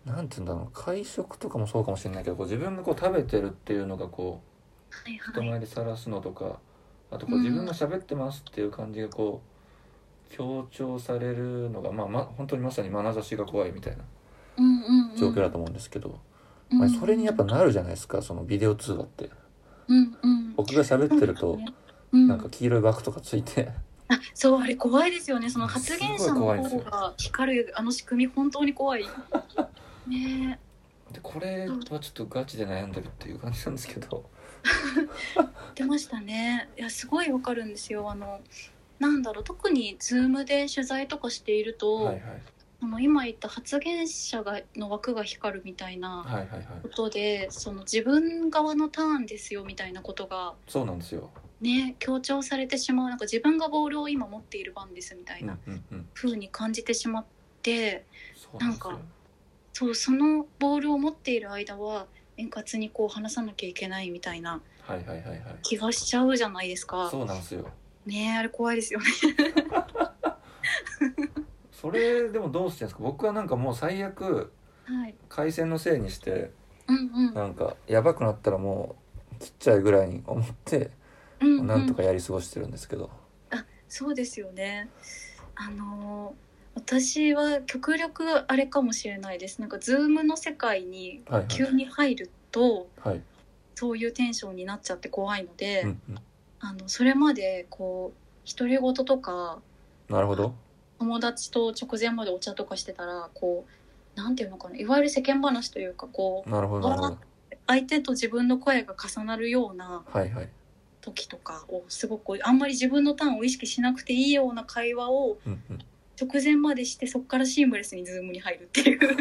[SPEAKER 1] なんて言うんだろう会食とかもそうかもしれないけどこう自分がこう食べてるっていうのがこ
[SPEAKER 2] はいう
[SPEAKER 3] 人
[SPEAKER 2] はい
[SPEAKER 3] 前で晒すのとか、あとこう自分が喋ってますっていう感じがこう強調されるのが、まあ、ま本当にまさに眼差しが怖いみたいな
[SPEAKER 2] うんうんうん
[SPEAKER 1] う状況だと思うんですけど、
[SPEAKER 2] うん
[SPEAKER 1] まあそれにやっぱなるじゃないですかそのビデオ通話って
[SPEAKER 2] うんうん
[SPEAKER 1] 僕が喋ってると
[SPEAKER 2] うん
[SPEAKER 1] なんか黄色いバクとかついて
[SPEAKER 2] あそうあれ怖いですよねその発言者
[SPEAKER 1] す
[SPEAKER 2] の
[SPEAKER 1] ごい怖いんです
[SPEAKER 2] 方
[SPEAKER 1] よ
[SPEAKER 2] が光るあの仕組み本当
[SPEAKER 1] (laughs)
[SPEAKER 2] に怖いね
[SPEAKER 3] でこれはちょっとガチで悩んでるっていう感じなんですけど
[SPEAKER 2] え出ましたねいやすごいわかるんですよあのなんだろう特に Zoom で取材とかしていると、
[SPEAKER 3] はいはい
[SPEAKER 2] あの今言った発言者がの枠が光るみたいな
[SPEAKER 3] はいはいはい
[SPEAKER 2] ことでその自分側のターンですよみたいなことが
[SPEAKER 3] そうなんですよ、
[SPEAKER 2] ね強調されてしまうなんか自分がボールを今持っている番ですみたい
[SPEAKER 3] うんう
[SPEAKER 2] なん
[SPEAKER 3] うん、
[SPEAKER 2] 風に感じてしまって。
[SPEAKER 3] そうなんです
[SPEAKER 2] な
[SPEAKER 3] よ
[SPEAKER 2] んかそうそのボールを持っている間は円滑にこう話さなきゃいけないみたいな
[SPEAKER 3] はいはいはいはい
[SPEAKER 2] 気がしちゃうじゃないですか
[SPEAKER 3] そうなんですよ
[SPEAKER 2] ねえあれ怖いですよね
[SPEAKER 3] それでもどうしてんですか僕はなんかもう最悪
[SPEAKER 2] はい
[SPEAKER 3] 回線のせいにして
[SPEAKER 2] うんうん
[SPEAKER 1] なんかやばくなったらもう切っちゃうぐらいに思って
[SPEAKER 2] うんうん
[SPEAKER 1] なんとかやり過ごしてるんですけど、
[SPEAKER 2] そうですよねあのー私は極力あれかもしれないですなんかズームの世界に
[SPEAKER 1] はいはい
[SPEAKER 2] 急に入ると、
[SPEAKER 1] はい、
[SPEAKER 2] そういうテンションになっちゃって怖いので、
[SPEAKER 1] うんうん、
[SPEAKER 2] あのそれまでこう独り言とか
[SPEAKER 1] なるほど
[SPEAKER 2] 友達と直前までお茶とかしてたらこうなんていうのかないわゆる世間話というかこ
[SPEAKER 1] なるほどなるほど
[SPEAKER 2] う相手と自分の声が重なるような
[SPEAKER 1] はいはい
[SPEAKER 2] 時とかをすごくあんまり自分のターンを意識しなくていいような会話を
[SPEAKER 1] うんうん
[SPEAKER 2] 直前までしてそこからシームレスにズームに入るっていうふう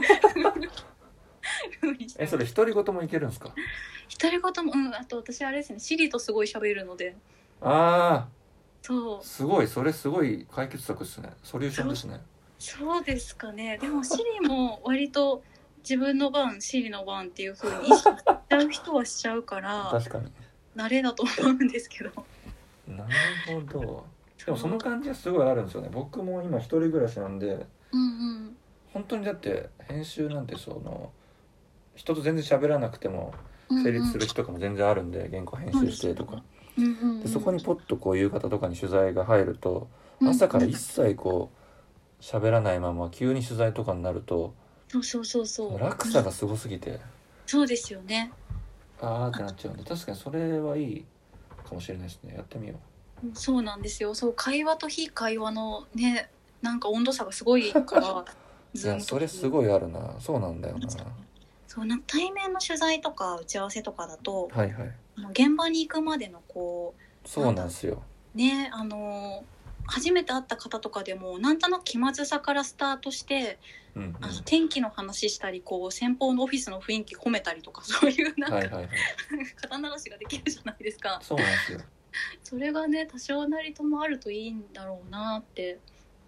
[SPEAKER 2] にして
[SPEAKER 3] えそれ独り言もいけるんですか
[SPEAKER 2] 独り言もうんあと私あれですねシリとすごい喋るので
[SPEAKER 3] あ
[SPEAKER 2] そう
[SPEAKER 3] あすごいそれすごい解決策ですねソリューションですね
[SPEAKER 2] そうですかね。でもシリも割と自分の番、シリの番っていう風に意識しちゃう人はしちゃうから、
[SPEAKER 1] 確かに
[SPEAKER 2] 慣れだと思うんですけど。
[SPEAKER 3] なるほどでもその感じはすごいあるんですよね僕も今一人暮らしなんで
[SPEAKER 2] うん
[SPEAKER 3] 本当にだって編集なんてその人と全然喋らなくても
[SPEAKER 2] うん。
[SPEAKER 3] 成立する日とかも全然あるんで原稿編集してとか
[SPEAKER 2] うんうん。うんうんうん
[SPEAKER 1] でそこにポッとこう夕方とかに取材が入ると朝から一切こう喋らないまま急に取材とかになると
[SPEAKER 2] そうそうそうそう。
[SPEAKER 1] 落差がすごすぎて
[SPEAKER 2] そうですよね。
[SPEAKER 3] あーってなっちゃうんで確かにそれはいいかもしれないですねやってみよ
[SPEAKER 2] うんそうなんですよ。そう会話と非会話のね、なんか温度差がすごいから。
[SPEAKER 1] (laughs) いやそれす
[SPEAKER 2] い。
[SPEAKER 1] ごいあるなそうなんだよな
[SPEAKER 2] そうなんか対面の取材とか打ち合わせとかだと、
[SPEAKER 1] はいはい
[SPEAKER 2] あの現場に行くまでのこう。
[SPEAKER 1] そうなんですよ
[SPEAKER 2] ねあの初めて会った方とかでもなんとなく気まずさからスタートして、
[SPEAKER 3] ううん
[SPEAKER 2] あの天気の話したりこう先方のオフィスの雰囲気褒めたりとかそういう
[SPEAKER 3] う
[SPEAKER 2] な
[SPEAKER 3] ん
[SPEAKER 2] んか、
[SPEAKER 3] はいはいはい
[SPEAKER 2] 肩流しができるじゃないですか
[SPEAKER 3] そうなんですよ
[SPEAKER 2] それがね多少なりともあるといいんだろうなって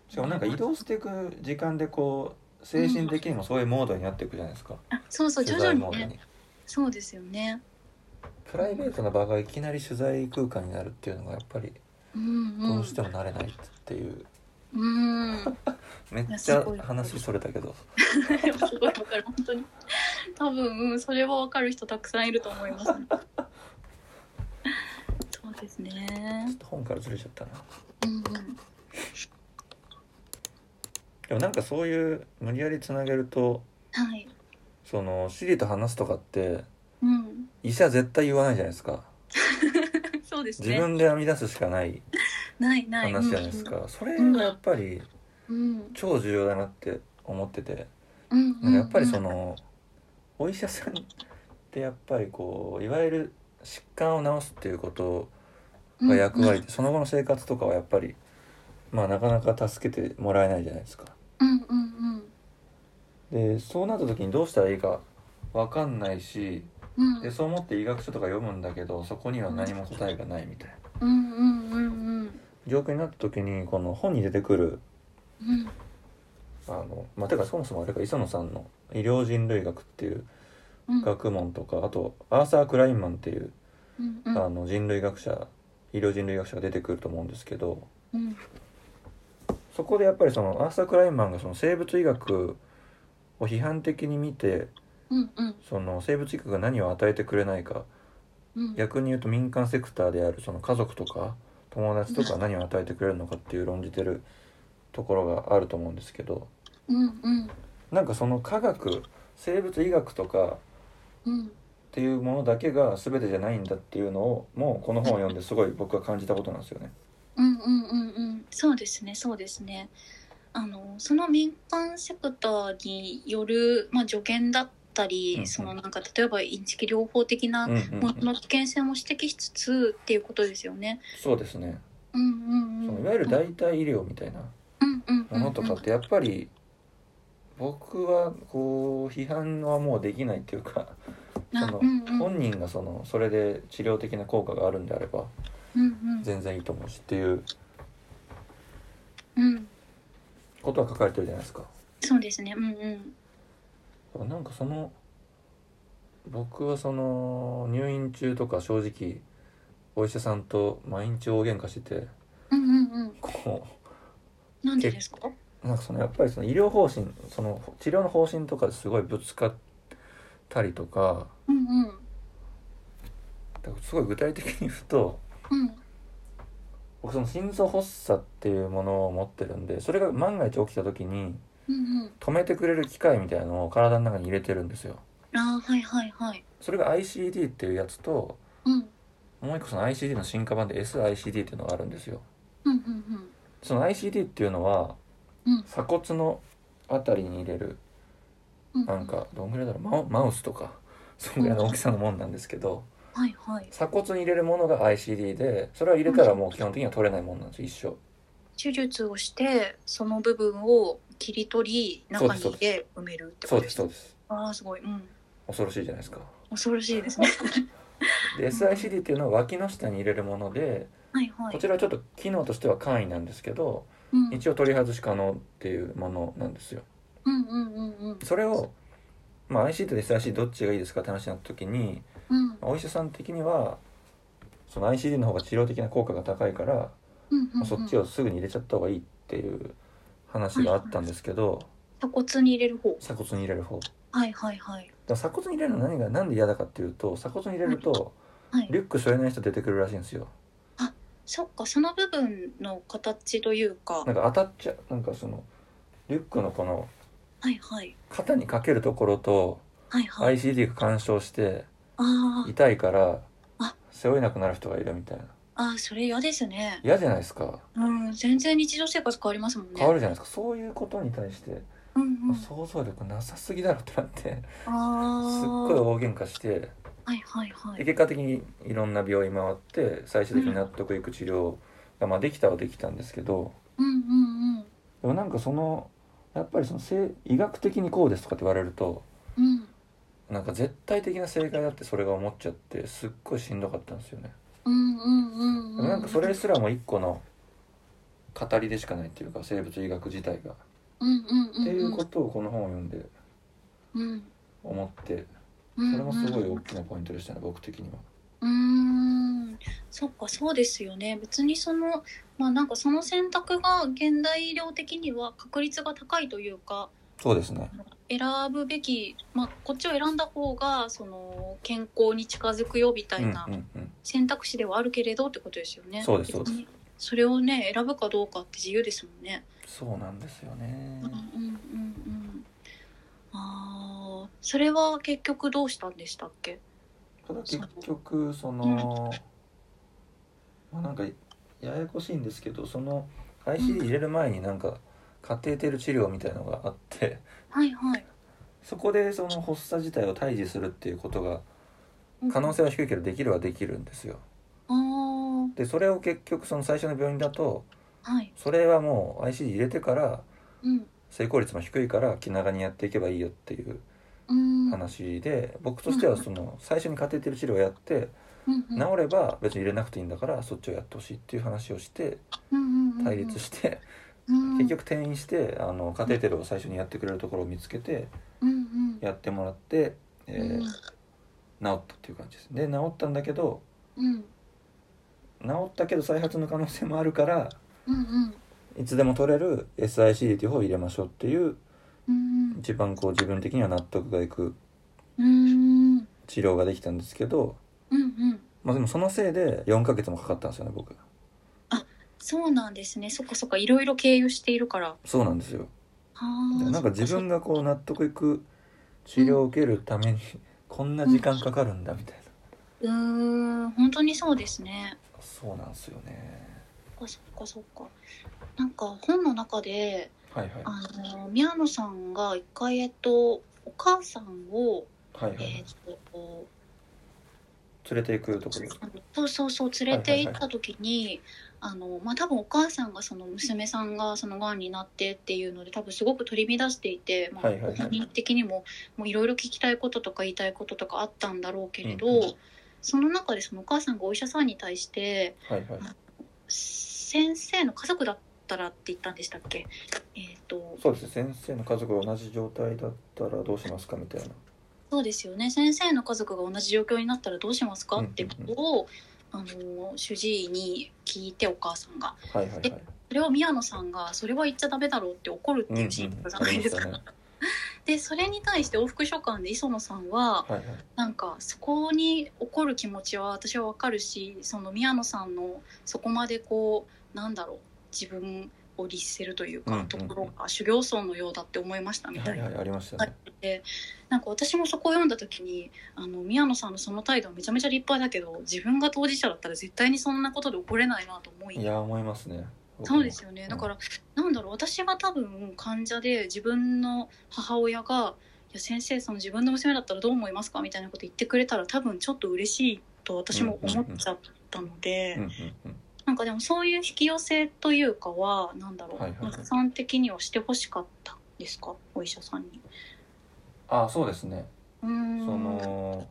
[SPEAKER 3] しかもなんか移動していく時間でこう精神的にもそういうモードになっていくじゃないですか、
[SPEAKER 2] あそうそう徐
[SPEAKER 1] 取
[SPEAKER 2] 々
[SPEAKER 1] 材
[SPEAKER 2] に
[SPEAKER 1] モード
[SPEAKER 2] ね
[SPEAKER 1] に
[SPEAKER 2] そうですよね
[SPEAKER 1] プライベートな場がいきなり取材空間になるっていうのがやっぱり
[SPEAKER 2] うんうん
[SPEAKER 1] どうしても慣れないっていう
[SPEAKER 2] うん (laughs)
[SPEAKER 1] めっちゃ話それたけど
[SPEAKER 2] でもすごいわかる本当に多分、うん、それはわかる人たくさんいると思いますそうですね
[SPEAKER 1] ちょっと本からずれちゃったな
[SPEAKER 2] うんうん
[SPEAKER 1] でもなんかそういう無理やりつなげると
[SPEAKER 2] はい。
[SPEAKER 1] そのシリと話すとかって
[SPEAKER 2] うん。
[SPEAKER 1] 医者絶対言わないじゃないですか
[SPEAKER 2] そうです
[SPEAKER 1] 自
[SPEAKER 2] ね。
[SPEAKER 1] 分で編み出すしかない
[SPEAKER 2] ないない。
[SPEAKER 1] 話じゃないですか、それがやっぱり
[SPEAKER 2] うん。
[SPEAKER 1] 超重要だなって思ってて、
[SPEAKER 2] うん。うん。
[SPEAKER 1] なんかやっぱりそ。のお医者さんってやっぱりこういわゆる疾患を治すっていうことが役割で、その後の生活とかはやっぱりまあなかなか助けてもらえないじゃないですか。
[SPEAKER 2] うんうんうん。
[SPEAKER 1] でそうなった時にどうしたらいいか
[SPEAKER 3] わかんないし
[SPEAKER 2] うん
[SPEAKER 3] でそう思って医学書とか読むんだけどそこには何も答えがないみたいな
[SPEAKER 2] うんうんうんうん
[SPEAKER 1] 状況になった時にこの本に出てくる
[SPEAKER 2] うん
[SPEAKER 1] あのまあてかそもそもあれか磯野さんの医療人類学っていう
[SPEAKER 2] うん
[SPEAKER 1] 学問とかあとアーサー・クラインマンっていう
[SPEAKER 2] うんう
[SPEAKER 1] あ
[SPEAKER 2] ん
[SPEAKER 1] の人類学者医療人類学者が出てくると思うんですけど
[SPEAKER 2] うん
[SPEAKER 1] そこでやっぱりそのアーサー・クラインマンがその生物医学を批判的に見て
[SPEAKER 2] うんうん
[SPEAKER 1] その生物医学が何を与えてくれないか
[SPEAKER 2] うん
[SPEAKER 1] 逆に言うと民間セクターであるその家族とか友達とか何を与えてくれるのかっていう論じてるところがあると思うんですけど
[SPEAKER 2] うんうん
[SPEAKER 1] なんかその科学生物医学とか
[SPEAKER 2] うん
[SPEAKER 1] っていうものだけが全てじゃないんだっていうのをもうこの本を読んですごい僕は感じたことなんですよね。
[SPEAKER 2] うんうんうんうんそうですねそうですねあのその民間セクターによる、まあ、助言だったり、
[SPEAKER 1] うんうん
[SPEAKER 2] そのなんか例えばインチキ療法的な
[SPEAKER 1] うんうんう
[SPEAKER 2] も
[SPEAKER 1] ん、
[SPEAKER 2] のの危険性も指摘しつつっていうことですよね。
[SPEAKER 1] そうですね
[SPEAKER 2] うんうんうん、
[SPEAKER 1] そのいわゆる代替医療みたいな
[SPEAKER 2] うんうんうん
[SPEAKER 1] ものとかってやっぱり僕はこう批判はもうできないっていうか
[SPEAKER 2] うん
[SPEAKER 1] そ
[SPEAKER 2] あ
[SPEAKER 1] の
[SPEAKER 2] うんうん
[SPEAKER 1] 本人がそのそれで治療的な効果があるんであれば
[SPEAKER 2] うん
[SPEAKER 1] 全然いいと思うしっていう
[SPEAKER 2] うんうん
[SPEAKER 1] ことは書かれてるじゃないですか。
[SPEAKER 2] そうですねうんうん
[SPEAKER 1] なんかその僕はその入院中とか正直お医者さんと毎日大喧嘩してて
[SPEAKER 2] うんうんうん
[SPEAKER 1] こ
[SPEAKER 2] なんでですか
[SPEAKER 1] うなんかそのやっぱりその医療方針その治療の方針とかですごいぶつかったりとか
[SPEAKER 2] うんうん
[SPEAKER 1] だからすごい具体的に言うと
[SPEAKER 2] うん
[SPEAKER 1] 僕その心臓発作っていうものを持ってるんでそれが万が一起きた時に
[SPEAKER 2] うん
[SPEAKER 1] 止めてくれる機械みたいなのを体の中に入れてるんですよ。
[SPEAKER 2] うんああはいはいはい
[SPEAKER 1] それが ICD っていうやつと
[SPEAKER 2] うん
[SPEAKER 1] もう一個その ICD の進化版で SICD っていうのがあるんですよ。
[SPEAKER 2] うんうん
[SPEAKER 1] その ICD っていうのは
[SPEAKER 2] うんうん
[SPEAKER 1] 鎖骨のあたりに入れる
[SPEAKER 2] うん
[SPEAKER 1] なんかどんぐらいだろうマウマウスとかそんぐらいの大きさのもんなんですけど
[SPEAKER 2] はいはい
[SPEAKER 1] 鎖骨に入れるものが ICD でそれは入れたらもう基本的には取れないもんなんですよ一
[SPEAKER 2] 手術をしてその部分を切り取り
[SPEAKER 1] そう
[SPEAKER 2] 中
[SPEAKER 1] です
[SPEAKER 2] に入れ埋めるって
[SPEAKER 1] 生そ
[SPEAKER 2] こ
[SPEAKER 1] う
[SPEAKER 2] と
[SPEAKER 1] で
[SPEAKER 2] ですす
[SPEAKER 1] そう
[SPEAKER 2] か
[SPEAKER 1] です
[SPEAKER 2] ああすごいうん
[SPEAKER 1] 恐ろしいじゃないですか
[SPEAKER 2] 恐ろしいですね
[SPEAKER 1] で SICD っていうのは脇の下に入れるもので
[SPEAKER 2] はいは
[SPEAKER 1] こ
[SPEAKER 2] い
[SPEAKER 1] ちらはちょっと機能としては簡易なんですけど
[SPEAKER 2] うんうん
[SPEAKER 1] 一応取り外し可能っていうものなんですよ
[SPEAKER 2] うんうんうん
[SPEAKER 1] それをまあ ICD と SICD どっちがいいですかって話になった時に
[SPEAKER 2] うん
[SPEAKER 1] お医者さん的にはその ICD の方が治療的な効果が高いから、
[SPEAKER 2] うんうん
[SPEAKER 1] まあそっちをすぐに入れちゃった方がいいっていう話があったんですけど、
[SPEAKER 2] 鎖骨に入れる方
[SPEAKER 1] 鎖骨に入れる方で
[SPEAKER 2] はいはいはい
[SPEAKER 1] も鎖骨に入れるの何が何で嫌だかっていうと鎖骨に入れると
[SPEAKER 2] はい
[SPEAKER 1] リュック背負えない人出てくるらしいんですよ
[SPEAKER 2] そっかその部分の形というか
[SPEAKER 1] なんか当たっちゃなんかそのリュックのこの
[SPEAKER 2] はいはい
[SPEAKER 1] 肩にかけるところと
[SPEAKER 2] はいはい
[SPEAKER 1] ICD が干渉して
[SPEAKER 2] あー
[SPEAKER 1] 痛いから
[SPEAKER 2] あ
[SPEAKER 1] 背負えなくなる人がいるみたいな
[SPEAKER 2] あーそれ嫌ですね
[SPEAKER 1] 嫌じゃないですか
[SPEAKER 2] うん全然日常生活変わりますもんね
[SPEAKER 1] 変わるじゃないですかそういうことに対して
[SPEAKER 2] うんうん
[SPEAKER 1] 想像力なさすぎだろってなってすっ
[SPEAKER 2] ああ
[SPEAKER 1] ごい大喧嘩して
[SPEAKER 2] はいはいは
[SPEAKER 1] で
[SPEAKER 2] い
[SPEAKER 1] 結果的にいろんな病院回って最終的に納得いく治療が、まあ、できたはできたんですけど
[SPEAKER 2] うんうんうん
[SPEAKER 1] でもなんかそのやっぱりそのせ医学的にこうですとかって言われると
[SPEAKER 2] うん
[SPEAKER 1] なんか絶対的な正解だってそれが思っちゃってすっごいしんどかったんですよね。
[SPEAKER 2] うんうんうん
[SPEAKER 1] で
[SPEAKER 2] う
[SPEAKER 1] もなんかそれすらも一個の語りでしかないっていうか生物医学自体が。
[SPEAKER 2] うんうんうん
[SPEAKER 1] っていうことをこの本を読んで
[SPEAKER 2] うん
[SPEAKER 1] 思って
[SPEAKER 2] う
[SPEAKER 1] そ
[SPEAKER 2] ん
[SPEAKER 1] れもすごい大
[SPEAKER 2] う
[SPEAKER 1] きなポイントでしたね僕的には。
[SPEAKER 2] ーんそっかそうですよね別にそのまあなんかその選択が現代医療的には確率が高いというか
[SPEAKER 1] そうですね
[SPEAKER 2] 選ぶべき、まあ、こっちを選んだ方がその健康に近づくよみたいな
[SPEAKER 1] うんうんうん
[SPEAKER 2] 選択肢ではあるけれどってことですよね。
[SPEAKER 1] そうですそうです
[SPEAKER 2] 別にそれをね選ぶかどうかって自由ですもんね。
[SPEAKER 1] そうなんですよね
[SPEAKER 2] うんうんうんうん。ああそれは結局どうしたんでしたっけ？
[SPEAKER 1] ただ結局その、まあ、なんかややこしいんですけどその ICD 入れる前になんかカテーテル治療みたいのがあって
[SPEAKER 2] はいはい。
[SPEAKER 1] そこでその発作自体を退治するっていうことが可能性は低いけどできるはできるんですよ
[SPEAKER 2] あ
[SPEAKER 1] でそれを結局その最初の病院だと
[SPEAKER 2] あはい。
[SPEAKER 1] それはもう ICD 入れてから
[SPEAKER 2] うん
[SPEAKER 1] 成功率も低いから気長にやっていけばいいよっていう
[SPEAKER 2] うん
[SPEAKER 1] 話で僕としてはその最初にカテーテル治療をやって
[SPEAKER 2] うんうん
[SPEAKER 1] 治れば別に入れなくていいんだからそっちをやってほしいっていう話をして対立して
[SPEAKER 2] うん
[SPEAKER 1] 結局転院してあのカテーテルを最初にやってくれるところを見つけて
[SPEAKER 2] うんうん
[SPEAKER 1] やってもらって、えー
[SPEAKER 2] うん
[SPEAKER 1] 治ったっていう感じです。で治ったんだけど
[SPEAKER 2] うん
[SPEAKER 1] 治ったけど再発の可能性もあるから
[SPEAKER 2] うん
[SPEAKER 1] いつでも取れる SICD という方を入れましょうっていう
[SPEAKER 2] うん
[SPEAKER 1] 一番こう自分的には納得がいく
[SPEAKER 2] うんうん
[SPEAKER 1] 治療ができたんですけど、
[SPEAKER 2] うん
[SPEAKER 1] まあ、でもそのせいで4ヶ月もかかったんですよね僕
[SPEAKER 2] そうなんですねそっかそっかいろいろ経由しているから
[SPEAKER 1] そうなんですよ
[SPEAKER 2] あー
[SPEAKER 1] なんか自分
[SPEAKER 2] そっ
[SPEAKER 1] がこう納得いく治療を受けるために (laughs) こんな時間かかるんだみたいな
[SPEAKER 2] そっかうーん本当にそうですね
[SPEAKER 1] そうなんですよね
[SPEAKER 2] そっかそっかそっかなんか本の中で
[SPEAKER 1] はいはい
[SPEAKER 2] あの宮野さんが一回えっとお母さんを、
[SPEAKER 1] はいはい
[SPEAKER 2] えっと
[SPEAKER 1] 連れていくところ
[SPEAKER 2] あのそうそうそう連れて行った時に、あのまあ多分お母さんがその娘さんがそのがんになってっていうので多分すごく取り乱していて、まあ
[SPEAKER 1] はいはいはい
[SPEAKER 2] 本人的にももういろいろ聞きたいこととか言いたいこととかあったんだろうけれど、
[SPEAKER 1] うんうん
[SPEAKER 2] その中でそのお母さんがお医者さんに対して
[SPEAKER 1] はいはい
[SPEAKER 2] 先生の家族だったらって言ったんでしたっけえっ、と
[SPEAKER 1] そうですね先生の家族が同じ状態だったらどうしますかみたいな
[SPEAKER 2] そうですよね先生の家族が同じ状況になったらどうしますか
[SPEAKER 1] うん
[SPEAKER 2] ってことを、あの主治医に聞いてお母さんが。
[SPEAKER 1] はいはいはい
[SPEAKER 2] それを宮野さんがそれは言っちゃダメだろうって怒るっていうシーンがあるじゃ
[SPEAKER 1] あ
[SPEAKER 2] な
[SPEAKER 1] り
[SPEAKER 2] い
[SPEAKER 1] ま
[SPEAKER 2] で
[SPEAKER 1] し
[SPEAKER 2] すか。
[SPEAKER 1] たね
[SPEAKER 2] でそれに対して往復書館で磯野さんは
[SPEAKER 1] はいはい
[SPEAKER 2] なんかそこに怒る気持ちは私はわかるしその宮野さんのそこまでこうなんだろう自分を律せるという
[SPEAKER 1] うんうん
[SPEAKER 2] か
[SPEAKER 1] うん
[SPEAKER 2] ところが修行僧のようだって思いましたみた
[SPEAKER 1] はいい
[SPEAKER 2] な
[SPEAKER 1] はいありました
[SPEAKER 2] はい
[SPEAKER 1] ね
[SPEAKER 2] でなんか私もそこを読んだ時にあの宮野さんのその態度はめちゃめちゃ立派だけど自分が当事者だったら絶対にそんなことで怒れないなと思い
[SPEAKER 1] いや思いますね僕も
[SPEAKER 2] そうですよね。だから、なんだろう、私が多分患者で自分の母親が、いや先生、その自分の娘だったらどう思いますかみたいなこと言ってくれたら多分ちょっと嬉しいと私も思っちゃったので、
[SPEAKER 1] うんうんうん
[SPEAKER 2] なんかでもそういう引き寄せというかは、なんだろう、
[SPEAKER 1] はいはいはい
[SPEAKER 2] お客さん的にはしてほしかったですかお医者さんに。
[SPEAKER 1] あそうですね
[SPEAKER 2] うーん。
[SPEAKER 1] その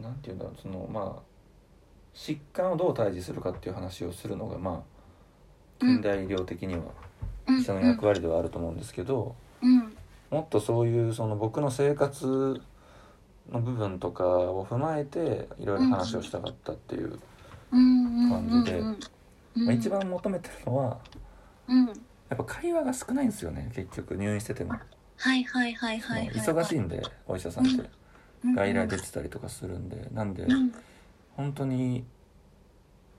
[SPEAKER 1] なんていうんだろうそのまあ疾患をどう対峙するかっていう話をするのがまあ
[SPEAKER 2] う
[SPEAKER 1] 近
[SPEAKER 2] ん
[SPEAKER 1] 代医療的には
[SPEAKER 2] うん、
[SPEAKER 1] 医者の役割ではあると思うんですけど、
[SPEAKER 2] うん、
[SPEAKER 1] もっとそういうその僕の生活の部分とかを踏まえていろいろ話をしたかったっていう、
[SPEAKER 2] うん、うん、うん、うんうんうん。
[SPEAKER 1] まあ、一番求めてるのは
[SPEAKER 2] うん、
[SPEAKER 1] やっぱ会話が少ないんですよね結局入院してても、
[SPEAKER 2] はいはいはい
[SPEAKER 1] その
[SPEAKER 2] はいはい、
[SPEAKER 1] 忙しいんでお医者さんって
[SPEAKER 2] うん
[SPEAKER 1] 外来出てたりとかするんでなんで。
[SPEAKER 2] うん
[SPEAKER 1] 本当に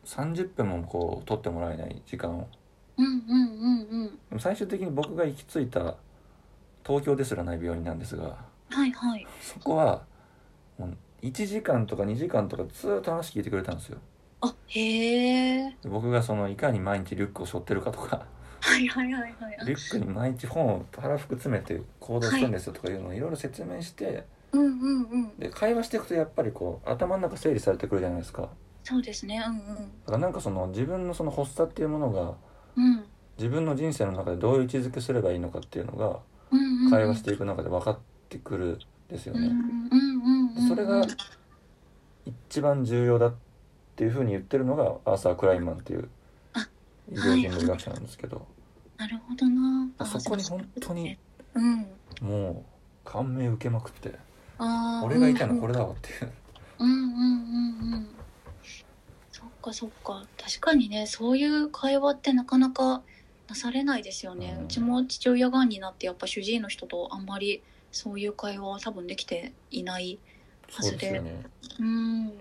[SPEAKER 1] 30分もこう取ってもらえない時間を
[SPEAKER 2] うんうんうんうん
[SPEAKER 1] でも最終的に僕が行き着いた東京ですらない病院なんですが
[SPEAKER 2] はいはい
[SPEAKER 1] そこはもう1時間とか2時間とかずっと話聞いてくれたんですよ
[SPEAKER 2] あへえ
[SPEAKER 1] で僕がそのいかに毎日リュックを背負ってるかとか
[SPEAKER 2] はいはいはいはいあ
[SPEAKER 1] リュックに毎日本を腹服詰めて行動したんですよとかいうのをいろいろ説明して
[SPEAKER 2] うんうんうん
[SPEAKER 1] で会話していくとやっぱりこう頭の中整理されてくるじゃないですかだ
[SPEAKER 2] そうですねうん
[SPEAKER 1] からなんかその自分のその発作っていうものが
[SPEAKER 2] うんうん
[SPEAKER 1] 自分の人生の中でどういう位置づけすればいいのかっていうのが
[SPEAKER 2] うんうん
[SPEAKER 1] 会話していく中で分かってくるんですよ
[SPEAKER 2] うんう
[SPEAKER 1] ね。
[SPEAKER 2] んうんうん
[SPEAKER 1] それが一番重要だっていうふうに言ってるのがアーサー・クライマンっていう
[SPEAKER 2] あ
[SPEAKER 1] 医療人類学者なんですけど、
[SPEAKER 2] なるほどなあ
[SPEAKER 1] そこに本当に
[SPEAKER 2] うん
[SPEAKER 1] もう感銘受けまくって
[SPEAKER 2] あー
[SPEAKER 1] 俺がいたのこれだわっていう
[SPEAKER 2] うんうんうんうんそっかそっか確かにねそういう会話ってなかなかなされないですよね、
[SPEAKER 1] う
[SPEAKER 2] うんちも父親がんになってやっぱ主治医の人とあんまりそういう会話は多分できていない
[SPEAKER 1] そうですよね。
[SPEAKER 2] うん、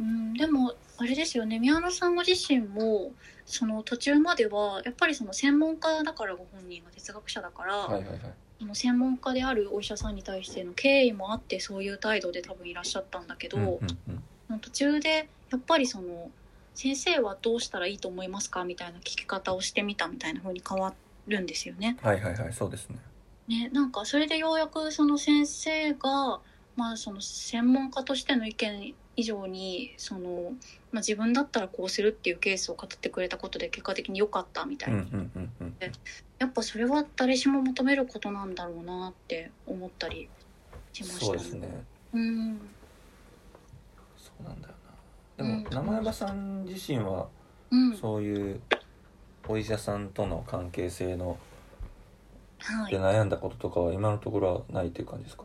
[SPEAKER 2] うん、でもあれですよね宮野さんご自身もその途中まではやっぱりその専門家だからご本人が哲学者だから、
[SPEAKER 1] はいはいはい。
[SPEAKER 2] その専門家であるお医者さんに対しての敬意もあってそういう態度で多分いらっしゃったんだけど、
[SPEAKER 1] うんうんうん
[SPEAKER 2] その途中でやっぱりその先生はどうしたらいいと思いますかみたいな聞き方をしてみたみたいな風に変わるんですよね。
[SPEAKER 1] はいはいはいそうですね。
[SPEAKER 2] ね、なんかそれでようやくその先生がまあその専門家としての意見以上にその、まあ、自分だったらこうするっていうケースを語ってくれたことで結果的に良かったみた
[SPEAKER 1] う
[SPEAKER 2] い
[SPEAKER 1] んう
[SPEAKER 2] な、
[SPEAKER 1] んうんうん
[SPEAKER 2] やっぱそれは誰しも求めることなんだろうなって思ったりしました
[SPEAKER 1] そうですね
[SPEAKER 2] うん
[SPEAKER 1] そうなんだよ
[SPEAKER 2] う
[SPEAKER 1] なんでも生山さん自身は
[SPEAKER 2] うん
[SPEAKER 1] そういうお医者さんとの関係性の
[SPEAKER 2] はい
[SPEAKER 1] で悩んだこととかは今のところはないという感じですか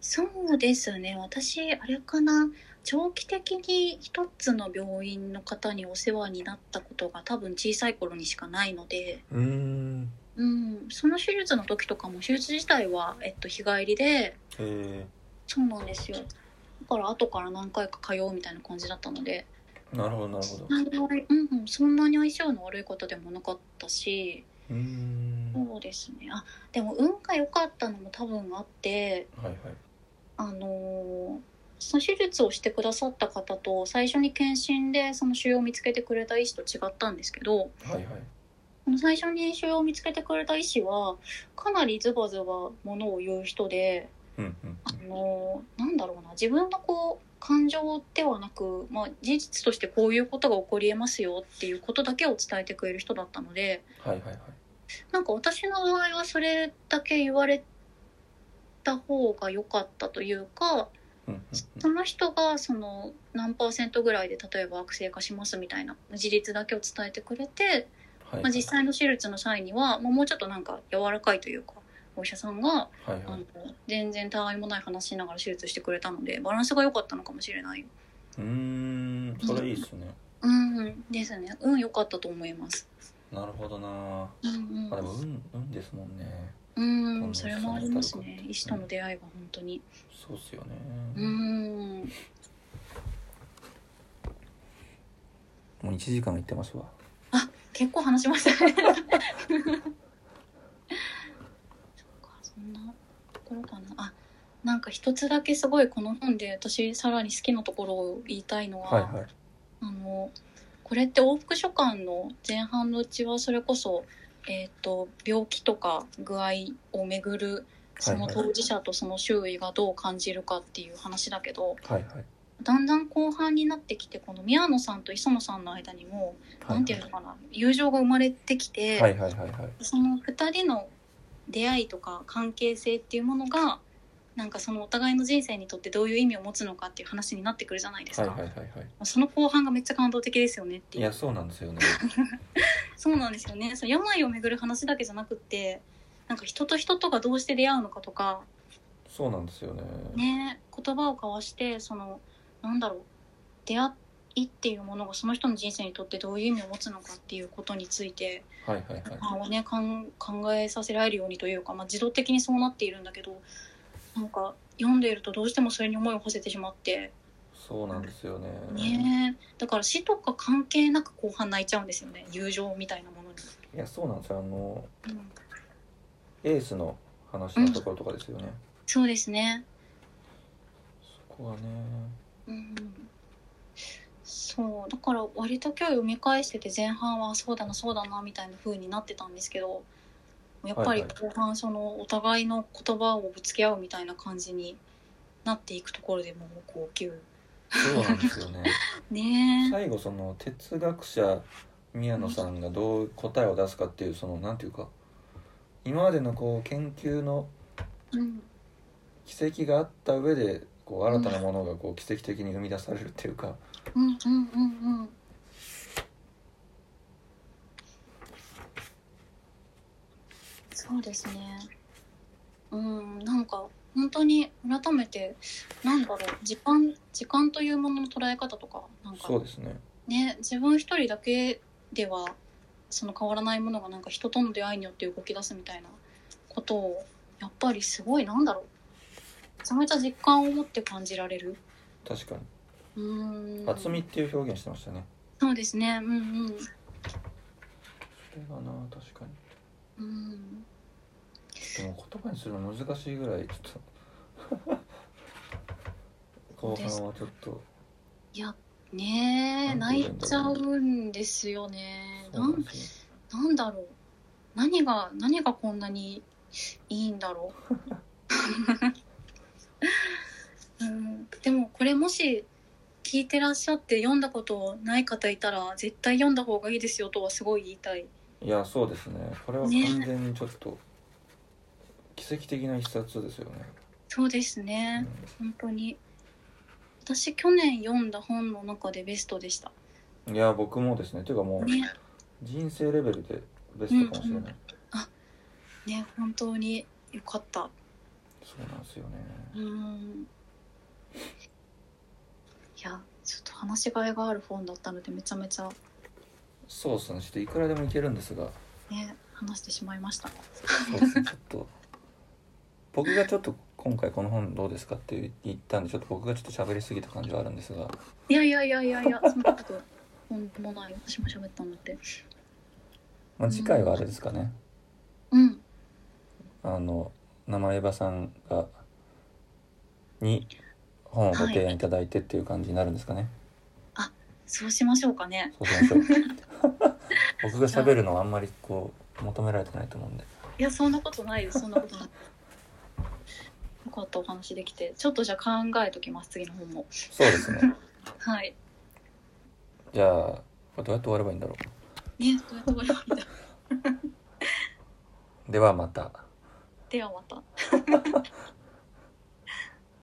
[SPEAKER 2] そうですね私あれかな長期的に一つの病院の方にお世話になったことが多分小さい頃にしかないので、
[SPEAKER 1] うーん
[SPEAKER 2] うん、その手術の時とかも手術自体は、えっと、日帰りで
[SPEAKER 1] へ
[SPEAKER 2] そうなんですよだから後から何回か通うみたいな感じだったので
[SPEAKER 1] えなるほどなるほど
[SPEAKER 2] あんまりうんうん、そんなに相性の悪いことでもなかったし
[SPEAKER 1] うーん
[SPEAKER 2] そうですねあでも運が良かったのも多分あって
[SPEAKER 1] はいはい
[SPEAKER 2] あのーその手術をしてくださった方と最初に検診でその腫瘍を見つけてくれた医師と違ったんですけど
[SPEAKER 1] はいはい
[SPEAKER 2] その最初に腫瘍を見つけてくれた医師はかなりズバズバものを言う人で、
[SPEAKER 1] うんうん
[SPEAKER 2] あのーなんだろうな自分のこう感情ではなく、まあ、事実としてこういうことが起こりえますよっていうことだけを伝えてくれる人だったので
[SPEAKER 1] はいはいはい
[SPEAKER 2] なんか私の場合はそれだけ言われた方が良かったというか。
[SPEAKER 1] うんうん
[SPEAKER 2] その人がその何パーセントぐらいで例えば悪性化しますみたいな事実だけを伝えてくれて、
[SPEAKER 1] うんはい
[SPEAKER 2] まあ、実際の手術の際には、まあ、もうちょっとなんか柔らかいというかお医者さんが
[SPEAKER 1] はい
[SPEAKER 2] あ
[SPEAKER 1] は
[SPEAKER 2] の
[SPEAKER 1] い
[SPEAKER 2] 全然たわいもない話しながら手術してくれたのでバランスが良かったのかもしれないう
[SPEAKER 1] ーんそれいいっすね
[SPEAKER 2] うんですねうん良かったと思います
[SPEAKER 1] なるほどな
[SPEAKER 2] うん
[SPEAKER 1] あでも運運ですもんね
[SPEAKER 2] うん、うん、それもありますね医師との出会いは本当に
[SPEAKER 1] そうっすよね
[SPEAKER 2] うん
[SPEAKER 4] もう1時間いってますわ
[SPEAKER 2] 結構話しましたね。そっか、そんなところかな。あ、なんか一つだけすごいこの本で私さらに好きなところを言いたいのは、
[SPEAKER 1] はいはい
[SPEAKER 2] あのこれって往復書簡の前半のうちはそれこそえっ、と病気とか具合をめぐるその
[SPEAKER 1] はいはい
[SPEAKER 2] 当事者とその周囲がどう感じるかっていう話だけど、
[SPEAKER 1] はいはい
[SPEAKER 2] だんだん後半になってきてこの宮野さんと磯野さんの間にも
[SPEAKER 1] はい
[SPEAKER 2] なんていうのかな友情が生まれてきて、
[SPEAKER 1] はいはいはいはい
[SPEAKER 2] その2人の出会いとか関係性っていうものがなんかそのお互いの人生にとってどういう意味を持つのかっていう話になってくるじゃないです
[SPEAKER 1] はい
[SPEAKER 2] か、
[SPEAKER 1] はいはいはい
[SPEAKER 2] その後半がめっちゃ感動的ですよねって
[SPEAKER 1] い
[SPEAKER 2] いう
[SPEAKER 1] やそうなんですよね
[SPEAKER 2] そうなんですよねその病をめぐる話だけじゃなくってなんか人と人とがどうして出会うのかとか
[SPEAKER 1] そうなんですよね
[SPEAKER 2] ね言葉を交わしてそのなんだろう出会いっていうものがその人の人生にとってどういう意味を持つのかっていうことについて、
[SPEAKER 1] はいはいはい
[SPEAKER 2] まあね、かん考えさせられるようにというか、まあ、自動的にそうなっているんだけどなんか読んでいるとどうしてもそれに思いを馳せてしまって、
[SPEAKER 1] そうなんですよね
[SPEAKER 2] ね、だから死とか関係なく後半泣いちゃうんですよね友情みたいなものに。
[SPEAKER 1] いやそうなんですよあの
[SPEAKER 2] うん
[SPEAKER 1] エースの話のところとかですよね、
[SPEAKER 2] そうですね
[SPEAKER 1] そこはね
[SPEAKER 2] うんそうだから割と今日読み返してて前半はそうだなそうだなみたいな風になってたんですけどやっぱり
[SPEAKER 1] はい
[SPEAKER 2] 後半そのお互いの言葉をぶつけ合うみたいな感じになっていくところでもう号泣
[SPEAKER 1] そうなんですよ
[SPEAKER 2] (laughs)
[SPEAKER 1] ね
[SPEAKER 2] ね
[SPEAKER 1] 最後その哲学者宮野さんがどう答えを出すかっていうそのなんていうか今までのこう研究の
[SPEAKER 2] え、うん、
[SPEAKER 1] 奇跡があった上でこう新たなものがこう奇跡的に生み出されるっていうか
[SPEAKER 2] うんうんうんうんそうですねうんなんか本当に改めてなんだろう時間時間というものの捉え方とかなんか
[SPEAKER 1] そうですね
[SPEAKER 2] ね自分一人だけではその変わらないものがなんか人との出会いによって動き出すみたいなことをやっぱりすごいなんだろうめちゃめちゃ実感を持って感じられる
[SPEAKER 1] 確か
[SPEAKER 2] うーん
[SPEAKER 1] に厚みっていう表現してましたね
[SPEAKER 2] そうですねうんうん
[SPEAKER 1] それがな確かに
[SPEAKER 2] うん
[SPEAKER 1] でも言葉にするの難しいぐらいちょっと後半はちょっと
[SPEAKER 2] いやねえ
[SPEAKER 1] なんて言う
[SPEAKER 2] 泣い
[SPEAKER 1] んだ
[SPEAKER 2] ちゃ
[SPEAKER 1] ろう
[SPEAKER 2] うんですよね
[SPEAKER 1] そう
[SPEAKER 2] な
[SPEAKER 1] なん
[SPEAKER 2] ん
[SPEAKER 1] ですね
[SPEAKER 2] なんだろう何が (laughs) 何がこんなにいいんだろうもし聞いてらっしゃって読んだことない方いたら絶対読んだ方がいいですよとはすごい言いたい
[SPEAKER 3] いやそうですねこれは完全にちょっと奇跡的な一冊ですよね、
[SPEAKER 2] そうですね本当に私去年読んだ本の中でベストでした
[SPEAKER 3] うんいや僕もですねていうかもう
[SPEAKER 2] ね
[SPEAKER 3] 人生レベルでベストかもしれない、
[SPEAKER 2] うんうんね本当によかった
[SPEAKER 3] そうなんですよね
[SPEAKER 2] うーんいやちょっと話しがいがある本だったのでめちゃめちゃ
[SPEAKER 3] そうですねちょっといくらでもいけるんですが
[SPEAKER 2] ね話してしまいました
[SPEAKER 1] そうですねちょっと僕がちょっと今回この本どうですかって言ったんでちょっと僕がちょっと喋りすぎた感じはあるんですが
[SPEAKER 2] いやいやいやいやいやそんなこととんでもない私も喋ったんだって
[SPEAKER 1] まあ、次回はあれですかね、
[SPEAKER 2] うん
[SPEAKER 1] あの生エバさんがに本をご提案いただいてっていう感じになるんですかね、
[SPEAKER 2] そうしましょうかね
[SPEAKER 1] (laughs) そうしましょう僕が喋るのはあんまりこう求められてないと思うんで
[SPEAKER 2] いやそんなことないよそんなことないよかったお話できてちょっとじゃあ考えときます次の本も
[SPEAKER 1] そうですね
[SPEAKER 2] はい
[SPEAKER 1] じゃあこれどうやって終わればいいんだろ
[SPEAKER 2] ねどうやって終わればいいんだ
[SPEAKER 1] うではまた
[SPEAKER 2] ではまた